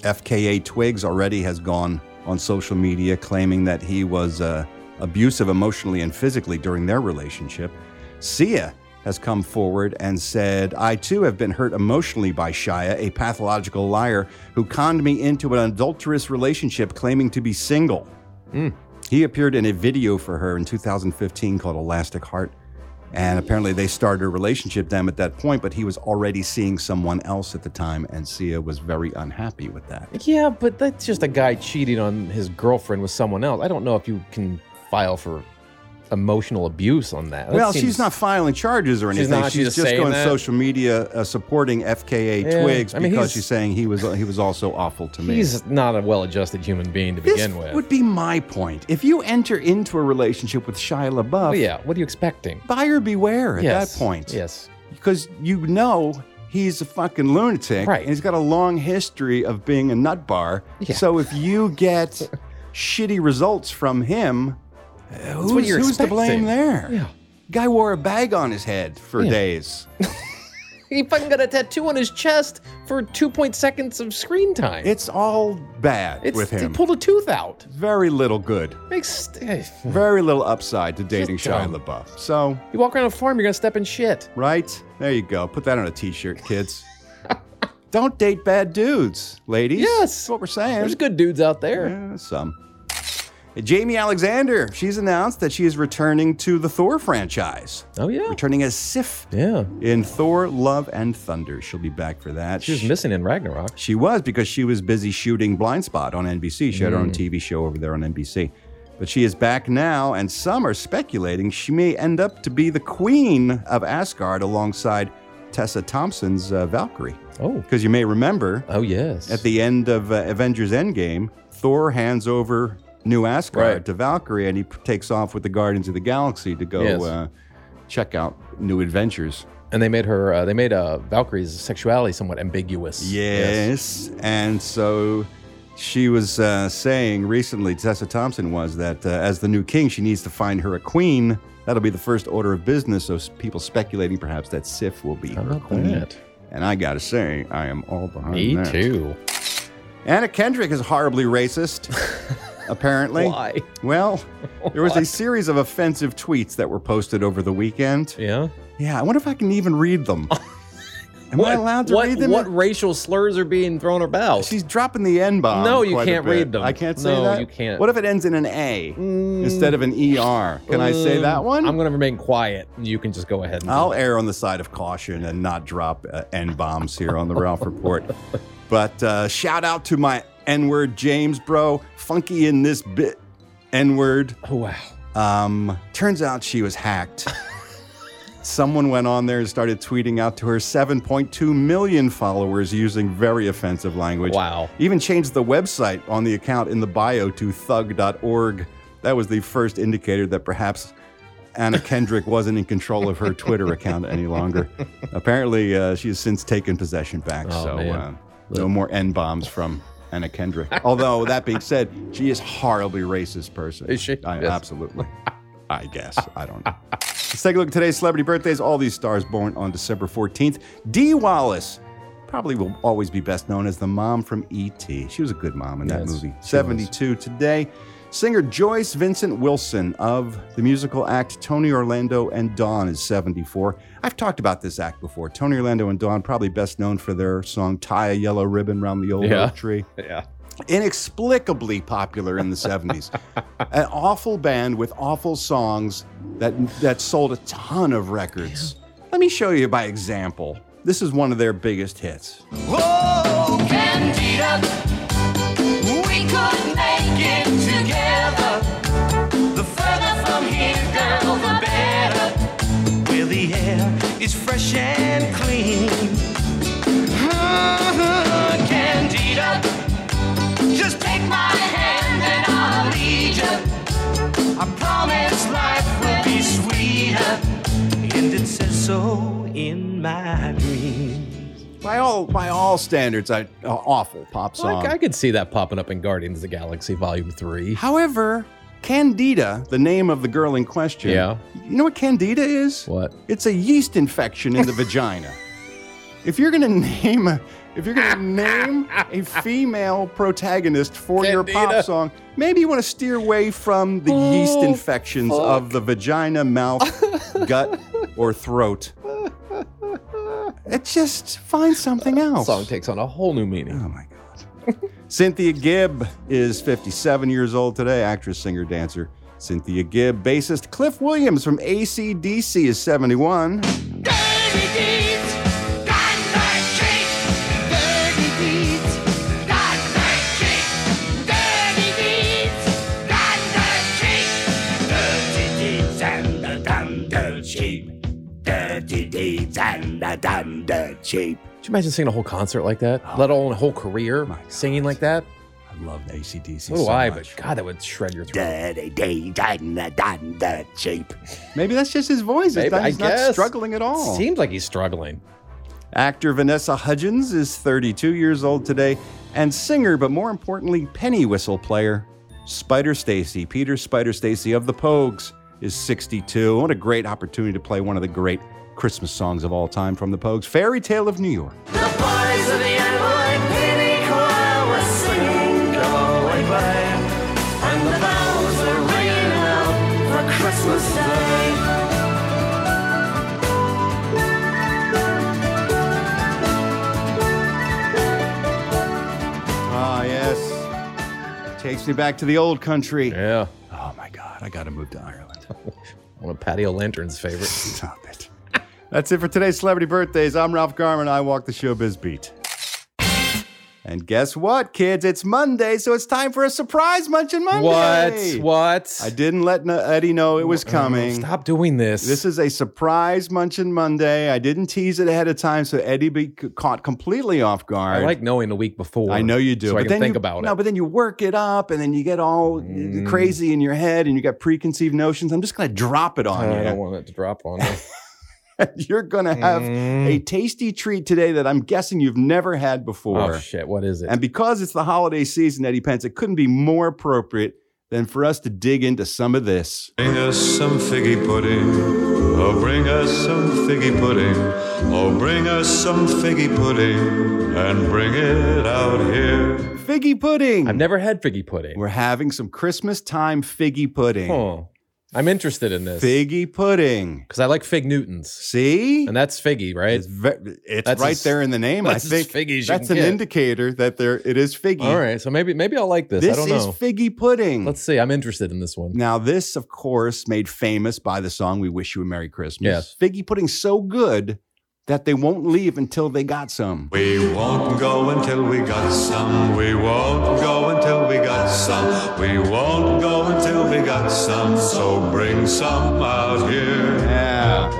S2: FKA Twigs already has gone on social media claiming that he was uh, abusive emotionally and physically during their relationship. Sia has come forward and said, I too have been hurt emotionally by Shia, a pathological liar who conned me into an adulterous relationship claiming to be single. He appeared in a video for her in 2015 called Elastic Heart. And apparently they started a relationship then at that point, but he was already seeing someone else at the time, and Sia was very unhappy with that.
S3: Yeah, but that's just a guy cheating on his girlfriend with someone else. I don't know if you can file for emotional abuse on that. That
S2: well,
S3: seems-
S2: she's not filing charges or
S3: She's
S2: anything. She's,
S3: not, she's just
S2: just
S3: saying
S2: going
S3: that.
S2: social media uh, supporting FKA
S3: Yeah,
S2: Twigs
S3: I mean,
S2: because
S3: he's-
S2: she's saying he was he was also awful to me.
S3: He's not a well-adjusted human being to
S2: This
S3: begin with.
S2: would be my point. If you enter into a relationship with Shia LaBeouf,
S3: Well, Oh, yeah. What are you expecting?
S2: buyer beware at
S3: Yes,
S2: that point.
S3: Yes.
S2: Because you know he's a fucking lunatic.
S3: Right.
S2: And he's got a long history of being a nut bar. So if you get shitty results from him,
S18: what
S2: who's,
S18: you're
S2: who's to
S18: expecting.
S2: blame there?
S3: Yeah.
S2: Guy wore a bag on his head for
S3: Yeah.
S2: days.
S3: He fucking got a tattoo on his chest for 2.0 seconds of screen time.
S2: It's all bad
S3: It's-
S2: with
S3: he
S2: him.
S3: pulled a tooth out.
S2: Very little good.
S3: Makes
S2: Very little upside to dating
S3: Just
S2: Shia
S3: dumb.
S2: LaBeouf. So
S3: you walk around a farm, you're gonna step in shit.
S2: Right? There you go. Put that on a t-shirt, kids. Don't date bad dudes, ladies. Yes. That's what we're saying.
S3: There's good dudes out there.
S2: Yeah, some. Jamie Alexander, she's announced that she is returning to the Thor franchise.
S3: Oh yeah.
S2: Returning as Sif.
S3: Yeah.
S2: In Thor Love and Thunder. She'll be back for that. She
S3: was missing in Ragnarok.
S2: She was because she was busy shooting Blind Spot on NBC. She had her own
S3: Mm.
S2: TV show over there on NBC. But she is back now, and some are speculating she may end up to be the queen of Asgard alongside Tessa Thompson's uh, Valkyrie.
S3: Oh.
S2: Because you may remember.
S3: Oh, yes.
S2: At the end of uh, Avengers Endgame, Thor hands over New Asgard to Valkyrie, and he p- takes off with the Guardians of the Galaxy to go
S3: Yes.
S2: uh, check out new adventures.
S3: And they made her. Uh, they made uh, Valkyrie's sexuality somewhat ambiguous.
S2: Yes. And so she was uh, saying recently, Tessa Thompson was, that uh, as the new king, she needs to find her a queen. That'll be the first order of business. So s- people speculating perhaps that Sif will be her queen.
S3: that?
S2: And I got to say, I am all behind
S3: Me
S2: that.
S3: too.
S2: Anna Kendrick is horribly racist, apparently.
S3: Why?
S2: Well, there was a
S3: What?
S2: series of offensive tweets that were posted over the weekend.
S3: Yeah.
S2: Yeah. I wonder if I can even read them. Am I allowed to
S3: what,
S2: read them?
S3: What racial slurs are being thrown about?
S2: She's dropping the N bomb.
S3: No, you
S2: quite a
S3: can't
S2: bit.
S3: read them.
S2: I can't say
S3: No,
S2: that.
S3: you can't.
S2: What if it ends in an A instead of an ER? Can I say that one?
S3: I'm gonna remain quiet. and You can just go ahead. And
S2: I'll err on the side of caution and not drop uh, N bombs here on the Ralph Report. But uh, shout out to my N word James, bro. Funky in this bit. N word.
S3: Oh, wow.
S2: Um, turns out she was hacked. Someone went on there and started tweeting out to her 7.2 million followers using very offensive language.
S3: Wow.
S2: Even changed the website on the account in the bio to thug.org. That was the first indicator that perhaps Anna Kendrick wasn't in control of her Twitter account any longer. Apparently, uh, she has since taken possession back.
S3: Oh,
S2: so
S3: man.
S2: uh, no more N bombs from Anna Kendrick. Although, that being said, she is a horribly racist person. Is she? I, Absolutely. I guess. I don't know. Let's take a look at today's celebrity birthdays. All these stars born on December 14th. Dee Wallace. Probably will always be best known as the mom from E.T. She was a good mom in that
S18: Yes,
S2: movie.
S18: she
S2: 72 today. Singer Joyce Vincent Wilson of the musical act Tony Orlando and Dawn is 74. I've talked about this act before. Tony Orlando and Dawn, probably best known for their song Tie a Yellow Ribbon Round the Old
S3: Yeah.
S2: Oak Tree
S3: yeah.
S2: inexplicably popular in the 70s. An awful band with awful songs that that sold a ton of records. Let me show you by example. This is one of their biggest hits.
S15: Oh, Candida, we could make it together. The further from here, girl, the better. Where the air is fresh and clean. Mhm, Candida, just take my hand and I'll lead you. I promise life will be sweeter, and it says so in my dreams.
S2: By all by all standards, I, a awful pop song.
S3: I, I could see that popping up in Guardians of the Galaxy Volume Three.
S2: However, Candida, the name of the girl in question.
S3: Yeah.
S2: You know what Candida is?
S3: What?
S2: It's a yeast infection in the vagina. If you're gonna name a, if you're gonna name a female protagonist for your pop
S18: Candida.
S2: song, maybe you want to steer away from the
S3: Oh,
S2: yeast infections of the vagina, mouth, gut, or throat. It just find something else.
S3: Song takes on a whole new meaning. Oh
S2: my god. Cynthia Gibb is 57 years old today, actress, singer, dancer. Cynthia Gibb, bassist Cliff Williams from ACDC is 71.
S15: Dirty deeds, dynamite kick. Dirty deeds, dynamite kick. Dirty deeds, dynamite kick. Dirty deeds and the thunder sheep. Dirty deeds and the thunder sheep.
S3: Could you imagine singing a whole concert like that?
S2: Oh.
S3: Let alone a whole career singing like that?
S2: I love ACDC.
S3: So do
S2: so
S3: I,
S2: much.
S3: but God, that would shred your throat.
S15: Dirty deeds and the thunder sheep.
S2: Maybe that's just his voice. It's
S3: Maybe-
S2: not,
S3: I
S2: he's not
S3: guess.
S2: struggling at all.
S3: Seems like he's struggling.
S2: Actor Vanessa Hudgens is 32 years old today, and singer, but more importantly, penny whistle player Spider Stacy, Peter Spider Stacy of the Pogues, is 62. What a great opportunity to play one of the great Christmas songs of all time from the Pogues, Fairy Tale of New York.
S15: Boys of the NYPD choir were singing Go Away Babe And the bells were ringing out for Christmas Day
S2: Ah, yes. Takes me back to the old country.
S3: Yeah.
S2: Oh my God, I got to move to Ireland.
S3: One of Patio Lantern's favorite.
S2: Stop it. That's it for today's celebrity birthdays. I'm Ralph Garman. I walk the showbiz beat. And guess what, kids? It's Monday, so it's time for a surprise Munchin Monday.
S3: What? What?
S2: I didn't let no- Eddie know it was
S3: Oh,
S2: coming.
S3: stop doing this.
S2: This is a surprise Munchin Monday. I didn't tease it ahead of time, so Eddie be c- caught completely off guard.
S3: I like knowing the week before.
S2: I know you do.
S3: So I
S2: but
S3: can
S2: then
S3: think
S2: you-
S3: about
S2: No,
S3: it. Mm.
S2: but then you work it up, and then you get all crazy in your head, and you got preconceived notions. I'm just going to drop it on
S3: I
S2: you.
S3: don't want it to drop on me.
S2: You're going to have a tasty treat today that I'm guessing you've never had before.
S3: Mm. Oh, shit. What is it?
S2: And because it's the holiday season, Eddie Pence, it couldn't be more appropriate than for us to dig into some of this.
S15: Bring us some figgy pudding Oh bring us some figgy pudding Oh bring us some figgy pudding And bring it out here
S2: Figgy pudding. I've
S3: never had figgy pudding.
S2: We're having some Christmas time figgy pudding.
S3: Huh. I'm interested in this.
S2: Figgy pudding.
S3: Because I like Fig Newtons.
S2: See?
S3: And that's figgy, right? It's,
S2: right there in the name. I
S3: that's
S2: think
S3: as figgy as you
S2: that's
S3: can
S2: an
S3: get.
S2: indicator that there it is figgy.
S3: All right. So maybe maybe I'll like this.
S2: This
S3: I don't
S2: is
S3: know.
S2: figgy pudding.
S3: Let's see. I'm interested in this one.
S2: Now, this, of course, made famous by the song We Wish You a Merry Christmas.
S3: Yes.
S2: Figgy pudding's so good that they won't leave until they got some.
S15: We won't go until we got some. We won't go until we got some. We won't go until we got some. So bring some out here.
S2: Yeah.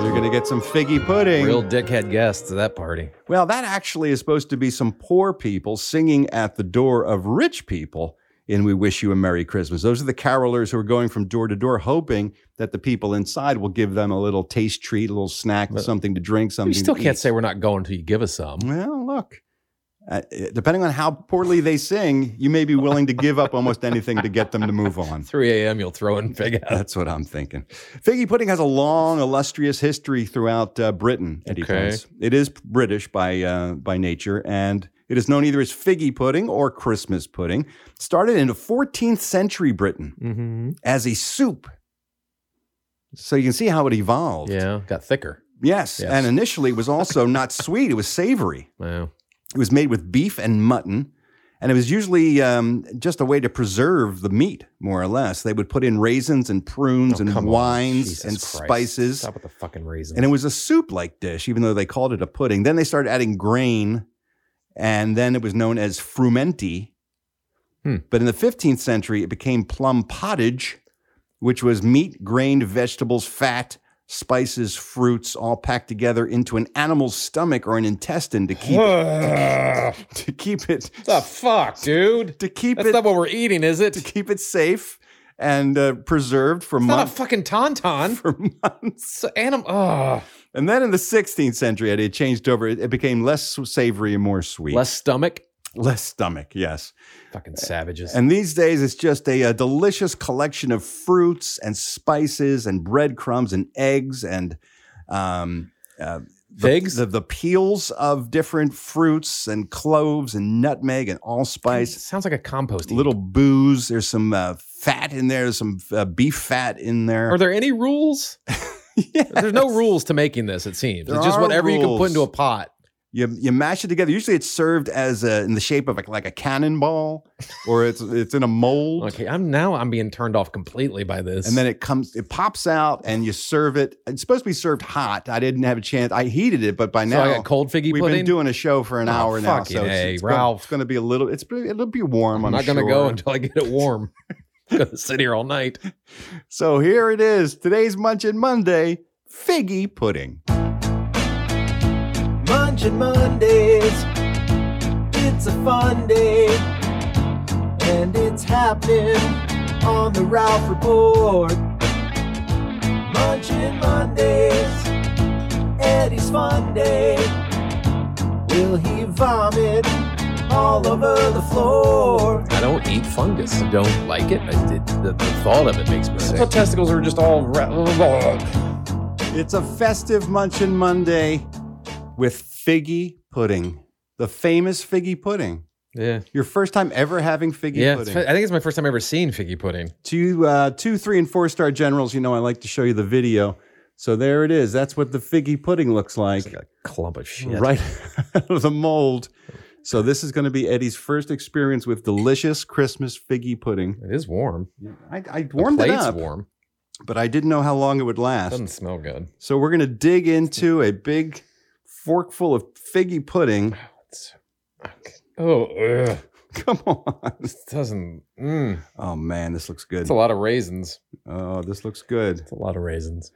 S2: You're going to get some figgy pudding.
S3: Real dickhead guests at that party.
S2: Well, that actually is supposed to be some poor people singing at the door of rich people in We Wish You a Merry Christmas. Those are the carolers who are going from door to door, hoping that the people inside will give them a little taste treat, a little snack, something to drink, something
S3: You still
S2: to
S3: can't
S2: eat.
S3: say we're not going until you give us some.
S2: Well, look, uh, depending on how poorly they sing, you may be willing to give up almost anything to get them to move on.
S3: 3 a.m. You'll throw in fig out.
S2: That's what I'm thinking. Figgy pudding has a long, illustrious history throughout uh, Britain. Eddie
S3: Okay.
S2: Prince. It is British by uh, by nature, and it is known either as figgy pudding or Christmas pudding. Started in the 14th century Britain
S3: Mm-hmm.
S2: as a soup. So you can see how it evolved.
S3: Yeah. Got thicker.
S2: Yes,
S3: Yes.
S2: and initially it was also not sweet; it was savory.
S3: Wow.
S2: It was made with beef and mutton, and it was usually um, just a way to preserve the meat, more or less. They would put in raisins and
S3: Oh,
S2: prunes and wines and spices,
S3: Stop with the fucking raisins.
S2: and it was a soup-like dish, even though they called it a pudding. Then they started adding grain, and then it was known as frumenti. But in the 15th century, it became plum pottage, which was meat, grained vegetables, fat, spices, fruits, all packed together into an animal's stomach or an intestine to keep it, to keep it.
S3: The fuck, dude!
S2: To keep
S3: That's
S2: it.
S3: not what we're eating, is it?
S2: To keep it safe and uh, preserved for
S3: not a
S2: months.
S3: fucking tauntaun.
S2: For months.
S3: anim- Ugh.
S2: And then in the 16th century, it changed over. It, it became less savory and more sweet.
S3: Less stomach.
S2: Less stomach. Yes.
S3: Fucking savages.
S2: And these days, it's just a, uh, delicious collection of fruits and spices and breadcrumbs and eggs and um, uh, the-
S3: Figs?
S2: The, the peels of different fruits and cloves and nutmeg and allspice.
S3: sounds like a compost.
S2: Little booze. There's some uh, fat in there. There's some uh, beef fat in there.
S3: Are there any rules? There's no rules to making this. It seems
S2: There
S3: it's just
S2: are
S3: whatever you can put
S2: rules.
S3: into a pot.
S2: you you mash it together. Usually, it's served as a, in the shape of a, like a cannonball, or it's it's in a mold.
S3: Okay, I'm now I'm being turned off completely by this.
S2: and then it comes it pops out and you serve it it's supposed to be served hot i didn't have a chance i heated it but by
S3: So
S2: now
S3: I got cold figgy
S2: we've
S3: pudding?
S2: been doing a show for an
S3: Oh,
S2: hour now
S3: fucking
S2: so it's,
S3: A,
S2: it's gonna-
S3: Ralph.
S2: it's gonna be a little it's pretty- it'll be warm i'm,
S3: I'm not
S2: sure.
S3: gonna go until I get it warm. I'm gonna sit here all night.
S2: so here it is today's munchin monday figgy pudding
S6: Munchin' Mondays. It's a fun day. And it's happening on the Ralph Report. Munchin' Mondays. Eddie's fun day. Will he vomit all all over the floor.
S3: I don't eat fungus. I don't like it. I did, the, the thought of it makes me sick.
S2: So testicles are just all. It's a festive Munchin Monday with figgy pudding, the famous figgy pudding.
S3: Yeah.
S2: Your first time ever having figgy
S3: yeah, it's
S2: pudding.
S3: fa- I think it's my first time ever seeing figgy pudding.
S2: two, uh, two, three, and four star generals. You know, I like to show you the video. So there it is. That's what the figgy pudding looks like. a
S3: clump of shit.
S2: Right out of the mold. So this is going to be Eddie's first experience with delicious Christmas figgy pudding.
S3: It is warm.
S2: I, I warmed it
S3: plate's
S2: up.
S3: warm.
S2: But I didn't know how long it would last.
S3: Doesn't smell good.
S2: So we're going to dig into a big forkful of figgy pudding.
S3: Oh, ugh.
S2: come on.
S3: This doesn't. Mm.
S2: Oh man, this looks good.
S3: It's a lot of raisins.
S2: Oh, this looks good.
S3: It's a lot of raisins.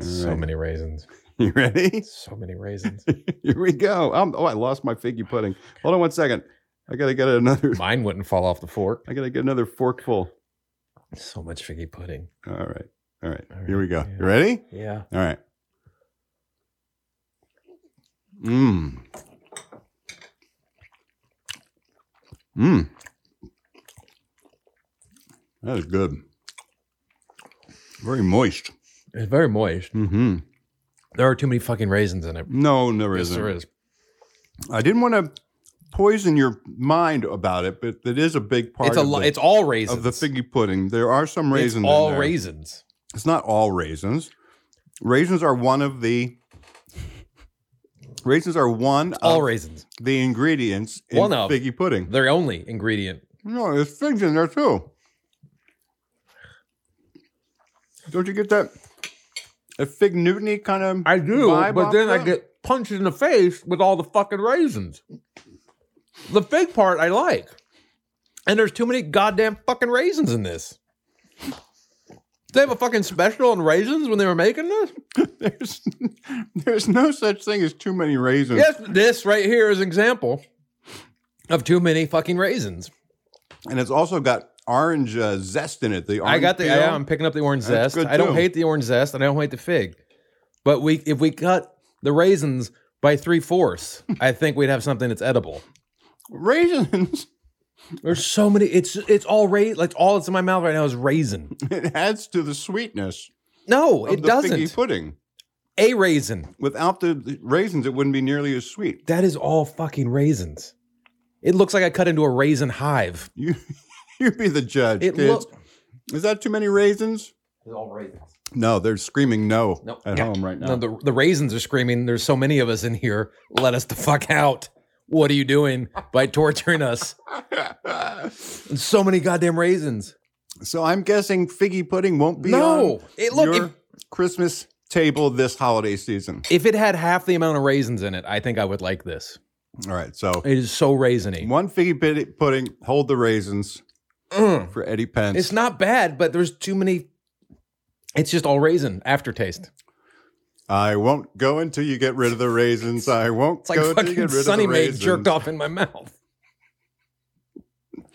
S3: So many raisins.
S2: You ready?
S3: So many raisins.
S2: Here we go. Um, oh, I lost my figgy pudding. Hold on one second. I gotta get another.
S3: Mine wouldn't fall off the fork.
S2: I gotta get another forkful.
S3: So much figgy pudding.
S2: All right. All right. Here we go. You ready?
S3: Yeah.
S2: All right. Mmm. Mmm. That is good. Very moist.
S3: It's very moist.
S2: Mm-hmm.
S3: There are too many fucking raisins in it.
S2: No, there
S3: Yes,
S2: isn't.
S3: there is.
S2: I didn't want to poison your mind about it, but it is a big part.
S3: It's a
S2: of
S3: lo-
S2: the-
S3: it's all raisins.
S2: of the figgy pudding. There are some raisins. in
S3: It's all
S2: there.
S3: raisins.
S2: It's not all raisins. Raisins are one of the. Raisins are one.
S3: all
S2: of
S3: raisins.
S2: The ingredients in
S3: One of
S2: figgy pudding.
S3: Their only ingredient.
S2: No, there's figs in there too. Don't you get that? A fig Newtony kind of.
S3: I do,
S2: vibe
S3: but
S2: off
S3: then I
S2: that?
S3: get punched in the face with all the fucking raisins. The fig part I like. And there's too many goddamn fucking raisins in this. Did they have a fucking special on raisins when they were making this?
S2: There's no such thing as too many raisins.
S3: Yes, this right here is an example of too many fucking raisins.
S2: And it's also got orange uh, zest in it. The orange
S3: I got the.
S2: peel.
S3: Yeah, I'm picking up the orange
S2: That's
S3: zest.
S2: good,
S3: I don't
S2: too.
S3: hate the orange zest, and I don't hate the fig. But we, if we cut the raisins by three fourths, I think we'd have something that's edible.
S2: Raisins.
S3: There's so many. It's it's all ra- like all that's in my mouth right now is raisin.
S2: It adds to the sweetness.
S3: No,
S2: of
S3: it
S2: the
S3: doesn't.
S2: Figgy pudding.
S3: A raisin.
S2: Without the- the raisins, it wouldn't be nearly as sweet.
S3: That is all fucking raisins. It looks like I cut into a raisin hive.
S2: You you be the judge,
S3: It
S2: kids.
S3: look-
S2: Is that too many raisins?
S3: It's all raisins.
S2: No, they're screaming no
S3: Nope.
S2: at
S3: Yeah.
S2: home right now.
S3: No, the, the raisins are screaming. There's so many of us in here. Let us the fuck out. What are you doing by torturing us? And so many goddamn raisins.
S2: so I'm guessing figgy pudding won't be
S3: No.
S2: on
S3: It- look,
S2: your Christmas table this holiday season.
S3: If it had half the amount of raisins in it, I think I would like this.
S2: All right, so
S3: it is so raisiny.
S2: One figgy pid- pudding, hold the raisins for Eddie Pence.
S3: Mm. It's not bad, but there's too many. It's just all raisin aftertaste.
S2: I won't go until you get rid of the raisins. I won't
S3: It's like
S2: go until you
S3: fucking
S2: get rid
S3: Sunny
S2: of the
S3: Maid
S2: raisins.
S3: jerked off in my mouth.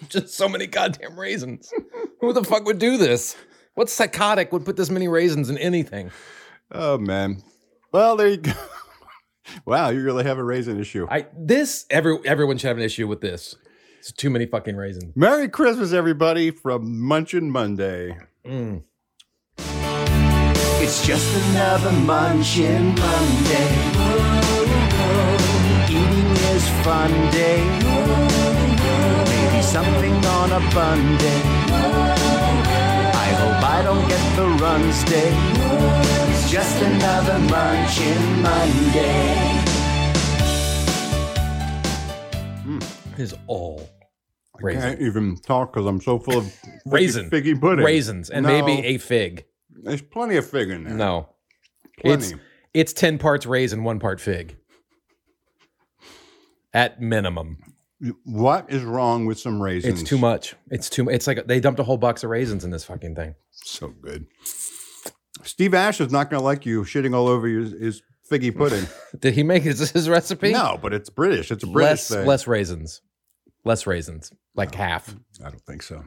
S3: Just so many goddamn raisins. Who the fuck would do this? What psychotic would put this many raisins in anything?
S2: Oh man. Well, there you go. wow, you really have a raisin issue.
S3: I this every everyone should have an issue with this. It's too many fucking raisins.
S2: Merry Christmas, everybody, from Munchin Monday.
S3: Mm.
S6: It's just another Munchin Monday. Eating is fun day. Maybe something on a bun day. I hope I don't get the runs day. It's just another Munchin Monday.
S3: Mm. Is all
S2: I
S3: raisins.
S2: can't even talk because I'm so full of figgy-
S3: Raisin.
S2: figgy pudding,
S3: Raisins and maybe a fig.
S2: There's plenty of fig in there.
S3: No. It's
S2: Plenty.
S3: it's ten parts raisin, one part fig. At minimum.
S2: What is wrong with some raisins?
S3: It's too much. It's too. It's like they dumped a whole box of raisins in this fucking thing.
S2: So good. Steve Ash is not going to like you shitting all over his, his figgy pudding.
S3: Did he make his, his recipe?
S2: No, but it's British. It's a British
S3: less
S2: thing.
S3: less raisins, less raisins, like half.
S2: I don't think so.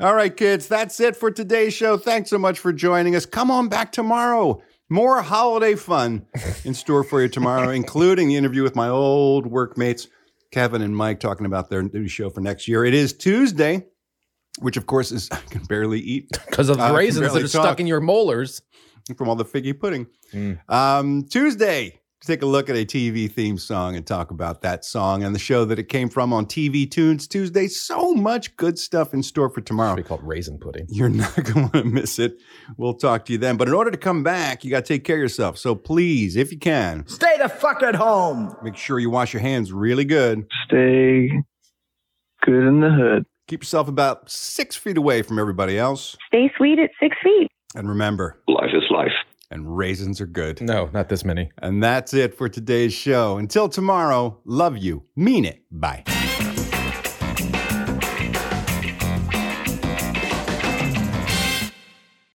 S2: All right, kids, that's it for today's show. Thanks so much for joining us. Come on back tomorrow. More holiday fun in store for you tomorrow, including the interview with my old workmates, Kevin and Mike talking about their new show for next year. It is Tuesday, which of course is I can barely eat
S3: because of the raisins that are stuck in your molars
S2: from all the figgy pudding.
S3: Mm.
S2: Um, Tuesday, take a look at a TV theme song and talk about that song and the show that it came from on TV Tunes Tuesday. So much good stuff in store for tomorrow.
S3: Should be called raisin pudding.
S2: You're not going to want to miss it. We'll talk to you then. But in order to come back, you got to take care of yourself. So please, if you can,
S7: Stay the fuck at home.
S2: make sure you wash your hands really good.
S7: Stay
S2: good in the hood. Keep yourself about six feet away from everybody else.
S17: Stay sweet at six feet.
S2: And remember,
S25: Life is life.
S2: and raisins are good.
S3: No, not this many.
S2: And that's it for today's show. Until tomorrow, love you. Mean it. Bye.